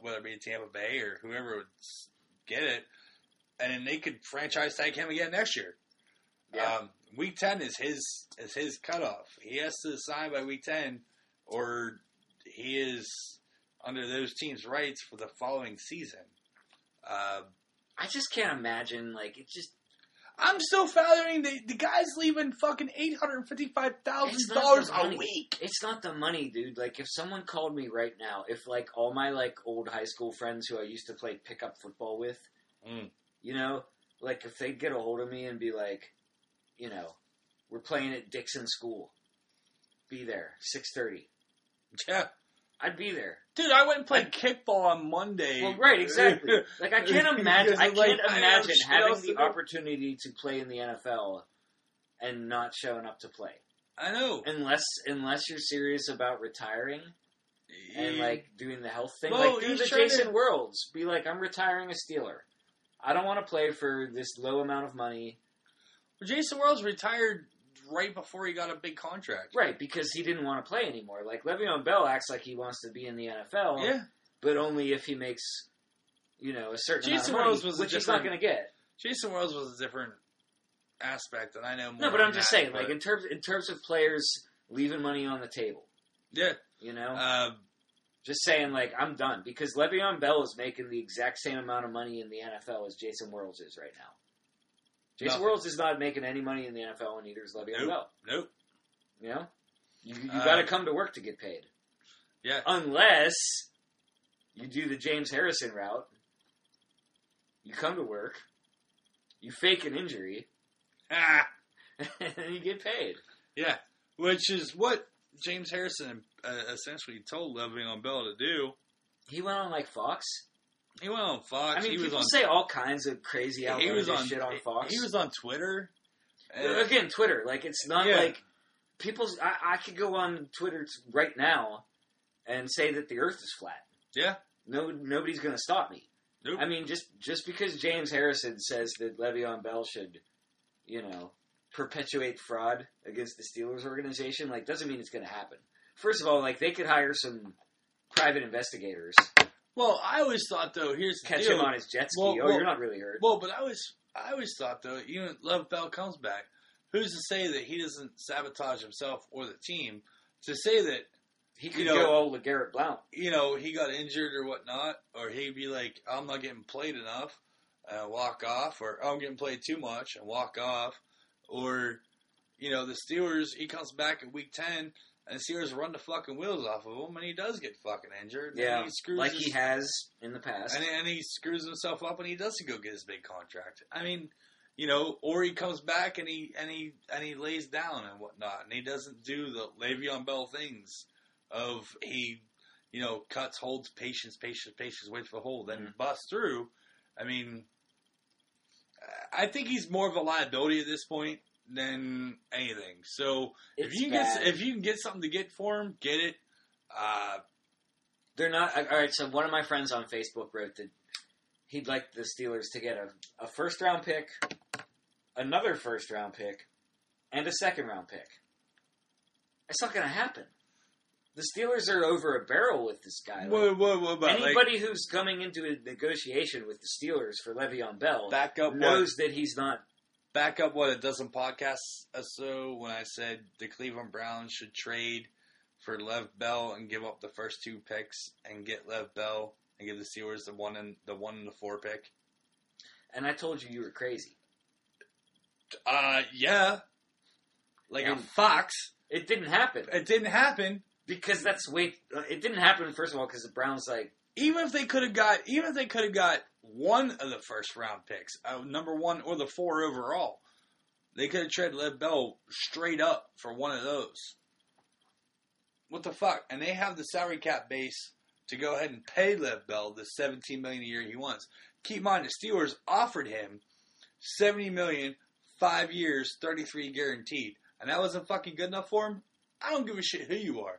whether it be Tampa Bay or whoever would s- get it, and then they could franchise tag him again next year.
Yeah.
Um, week ten is his is his cutoff. He has to sign by week ten, or he is under those teams' rights for the following season. Uh,
I just can't imagine. Like it's just
I'm still fathoming the the guy's leaving fucking eight hundred fifty five
It's
thousand
not
dollars
the
a
money.
week.
it's not the money, dude. Like if someone called me right now, if like all my like old high school friends who I used to play pickup football with,
Mm.
you know, like if they'd get a hold of me and be like, you know, we're playing at Dixon School, be there six thirty.
Yeah,
I'd be there.
dude, I went and played kickball on Monday. [LAUGHS]
Well, right, exactly. Like I can't imagine.
Because,
I can't
like, I don't
imagine
know what
having
else to
the
do.
opportunity to play in the NFL and not showing up to play,
I know.
unless unless you're serious about retiring and like doing the health thing.
Well,
like do
he's
the
trying
Jason
to-
Worlds. Be like, I'm retiring a Steeler. I don't want to play for this low amount of money.
Jason Wells retired right before he got a big contract.
Right, because he didn't want to play anymore. Like Le'Veon Bell acts like he wants to be in the NFL,
Yeah.
but only if he makes, you know, a certain amount
Jason
of money,
Worlds was a
which he's not going
different-
to get.
Jason Wells was a different aspect, and I know more.
No, but I'm
on
just
that,
saying, like
but-
in terms in terms of players leaving money on the table,
yeah,
you know,
um,
just saying like I'm done because Le'Veon Bell is making the exact same amount of money in the NFL as Jason Worlds is right now. Jason
Nothing.
Worlds is not making any money in the NFL, and neither is Le'Veon
Nope.
Bell.
nope.
You know, you, you
Uh,
got to come to work to get paid.
Yeah.
Unless you do the James Harrison route, you come to work, you fake an injury, [LAUGHS]
Ah,
and then you get paid.
yeah, which is what James Harrison uh, essentially told Le'Veon Bell to do.
He went on like Fox.
He went on Fox.
I mean,
he was
people
on.
say all kinds of crazy
he was
outrageous
on
shit on Fox.
He was on Twitter.
Well,
Uh,
again Twitter. Like it's not
Yeah.
like people's. I, I could go on Twitter t- right now and say that the Earth is flat.
Yeah.
No, nobody's gonna stop me.
Nope.
I mean, just just because James Harrison says that Le'Veon Bell should, you know, perpetuate fraud against the Steelers organization, like doesn't mean it's gonna happen. First of all, like they could hire some private investigators,
Well, I always thought though. Here's the
catch
deal.
him on his jet ski.
well,
oh,
well-
you're not really hurt.
Well, but I always, I always thought though, even if Love Bell comes back, who's to say that he doesn't sabotage himself or the team? To say that
he
you
could
know-
go all LeGarrette Blount.
you know he got injured or whatnot, or he'd be like, I'm not getting played enough, and walk off, or I'm getting played too much and walk off, or you know the Steelers, he comes back in Week Ten. And the Steelers run the fucking wheels off of him, and he does get fucking injured.
Yeah,
and he screws
like
his-
he has in the past.
and, and he screws himself up and he doesn't go get his big contract. I mean, you know, or he comes back and he and he and he lays down and whatnot, and he doesn't do the Le'Veon Bell things of he, you know, cuts, holds, patience, patience, patience, waits for the hold, then
Mm-hmm.
busts through. I mean, I think he's more of a liability at this point than anything. So if
It's
you can
bad.
get if you can get something to get for him, get it. Uh,
They're not. All right. So one of my friends on Facebook wrote that he'd like the Steelers to get a, a first round pick, another first round pick, and a second round pick. It's not going to happen. The Steelers are over a barrel with this guy. Like,
whoa, whoa, whoa, but like,
anybody who's coming into a negotiation with the Steelers for Le'Veon Bell
back up what-
knows that he's not.
back up what a dozen podcasts or so when I said the Cleveland Browns should trade for Lev Bell and give up the first two picks and get Lev Bell and give the Steelers the one and the one and the four pick.
And I told you you were crazy.
Uh, yeah, like a
And-
fox.
It didn't happen
It didn't happen.
because that's way. uh, It didn't happen first of all because the Browns like
Even if they could have got, even if they could have got one of the first round picks, uh, number one or the four overall, they could have traded Lev Bell straight up for one of those. What the fuck? And they have the salary cap base to go ahead and pay Lev Bell the seventeen million a year he wants. Keep in mind the Steelers offered him seventy million, five years, thirty three guaranteed. And that wasn't fucking good enough for him? I don't give a shit who you are.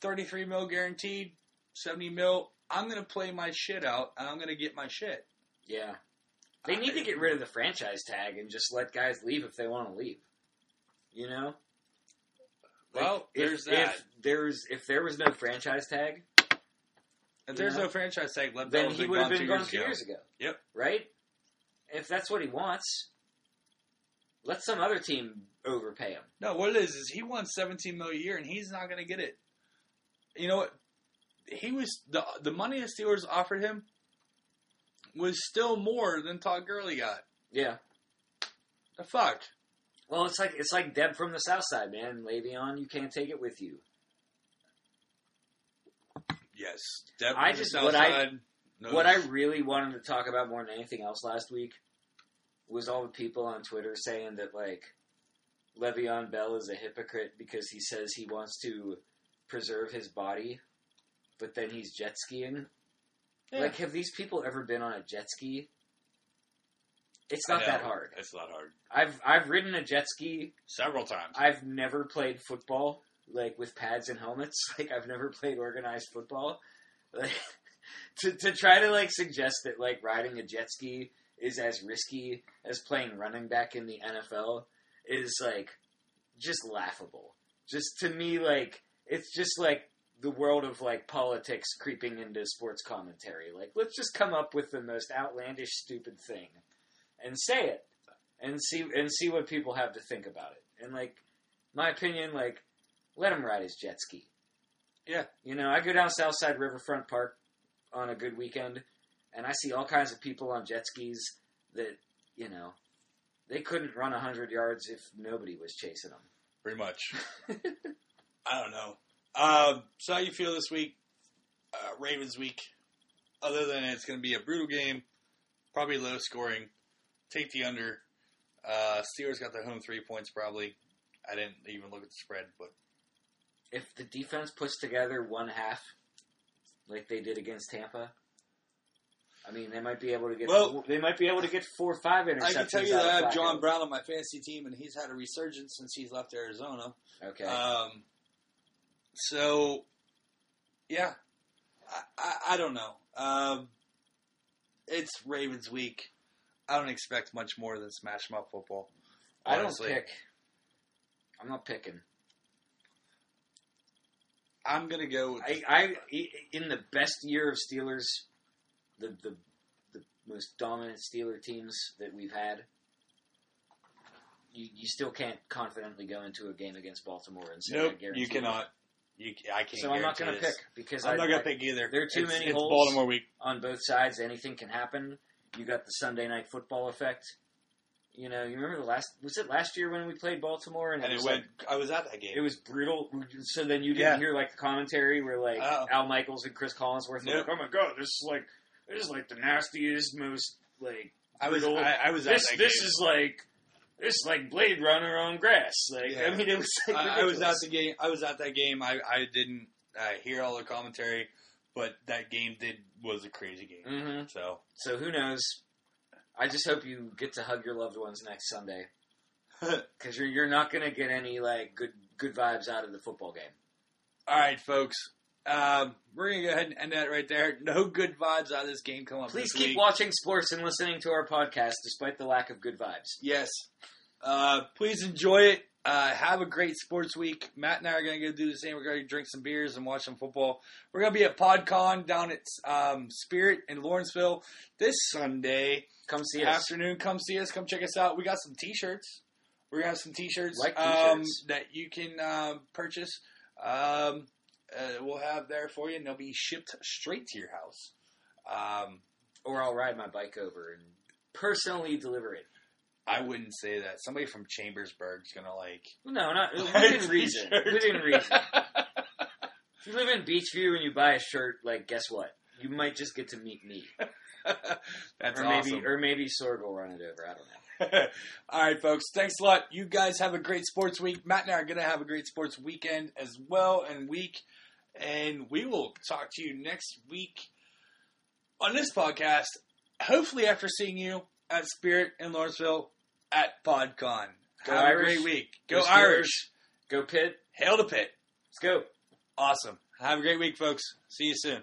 Thirty three mil guaranteed, seventy mil, I'm gonna play my shit out and I'm gonna get my shit.
Yeah. They need to get rid of the franchise tag and just let guys leave if they want to leave. You know? Like,
Well,
if-
there's that.
If there's if there was no franchise tag,
If there's
Yeah.
no franchise tag, Lev
then
Bell's
he
been
would have
gone
been
two
gone
years
two
ago.
years ago.
Yep.
Right? If that's what he wants, let some other team overpay him.
No, what it is is he won 17 million a year, and he's not going to get it. You know what? He was the the money the Steelers offered him was still more than Todd Gurley got.
Yeah.
The fuck?
Well, it's like it's like Deb from the South Side, man. Le'Veon, you can't take it with you.
Yes, Deb
I
from the
just-
South
what I-
Side knows.
What I really wanted to talk about more than anything else last week was all the people on Twitter saying that like Le'Veon Bell is a hypocrite because he says he wants to preserve his body, but then he's jet skiing.
Yeah.
Like, have these people ever been on a jet ski? It's
I
not that
know.
hard.
It's not hard.
I've I've ridden a jet ski.
Several times.
I've never played football like with pads and helmets. [LAUGHS] Like I've never played organized football. [LAUGHS] Like to to try to like suggest that like riding a jet ski is as risky as playing running back in the NFL is like just laughable. Just to me like it's just like the world of like politics creeping into sports commentary. Like let's just come up with the most outlandish stupid thing and say it. and see and see what people have to think about it. And like my opinion, like let him ride his jet ski.
Yeah.
you know, I go down Southside Riverfront Park on a good weekend, and I see all kinds of people on jet skis that you know they couldn't run hundred yards if nobody was chasing them.
pretty much. [LAUGHS] I don't know. Um, so how you feel this week, uh, Ravens week? Other than it's going to be a brutal game, probably low scoring. Take the under. Uh, Steelers got their home three points probably. I didn't even look at the spread, but
If the defense puts together one half, like they did against Tampa. I mean, they might be able to get
Well,
they might be able to get four or five interceptions.
I can tell you
out of
that I have
Flacco.
John Brown on my fantasy team, and he's had a resurgence since he's left Arizona.
Okay,
Um, so, yeah, I, I, I don't know. Um, it's Ravens week. I don't expect much more than smash 'em up football.
I don't
honestly.
pick. I'm not picking.
I'm gonna go. With,
I, I in the best year of Steelers, the the the most dominant Steeler teams that we've had. You, you still can't confidently go into a game against Baltimore and say I
nope,
guarantee
you
it.
cannot. You, ca- I can't.
So I'm not
guarantee
going to pick
this.
because
I'm
I,
not gonna pick either.
there are too
It's-
many
It's
holes.
Baltimore week.
on both sides. Anything can happen. You got the Sunday night football effect. You know, you remember the last was it last year when we played Baltimore and,
And
it
it
was
went.
like-
I was at that game.
it was brutal. So then you didn't
Yeah.
hear like the commentary where like
Oh.
Al Michaels and Chris Collinsworth were
Nope.
like, "Oh my god, this is like this is like the nastiest, most like
I was.
brutal-
I, I was
this
at that
this
game.
is like this is like Blade Runner on grass." Like
Yeah.
I mean, it was like
I, I was at
ridiculous.
the game. I was at that game. I, I didn't uh, hear all the commentary, but that game did was a crazy game.
Mhm.
So
So who knows? I just hope you get to hug your loved ones
[LAUGHS]
next Sunday.
All
because you're you're not gonna get any like good good vibes out of the football game.
right, folks. Um, we're gonna go ahead and end that right there. No good vibes out of this game coming up.
Please
this
keep
week.
watching sports and listening to our podcast, despite the lack of good vibes.
Yes. Uh, please enjoy it. Uh, have a great sports week. Matt and I are going to go do the same. We're going to drink some beers and watch some football. We're going to be at PodCon down at um, Spirit in Lawrenceville this Sunday.
Come see us.
afternoon. Come see us. Come check us out. We got some T-shirts. We are gonna have some T-shirts,
Like
um,
T-shirts.
that you can um, purchase. Um, uh, we'll have there for you, and they'll be shipped straight to your house. Um,
or I'll ride my bike over and personally deliver it.
I wouldn't say that. Somebody from Chambersburg's gonna like [LAUGHS]
Well, no, not
buy a
within reason.
t-shirt.
Within
[LAUGHS]
reason. If you live in Beachview and you buy a shirt, like guess what? You might just get to meet me,
That's
or
awesome.
maybe or maybe Sorg will run it over. I don't know.
[LAUGHS] All right, folks. Thanks a lot. You guys have a great sports week. Matt and I are going to have a great sports weekend as well and week. And we will talk to you next week on this podcast. Hopefully, after seeing you at Spirit in Lawrenceville at PodCon.
Go
have
Irish.
a great week. Go
Go Steelers.
Irish.
Go Pitt.
Hail to Pitt.
Let's go.
Awesome. Have a great week, folks. See you soon.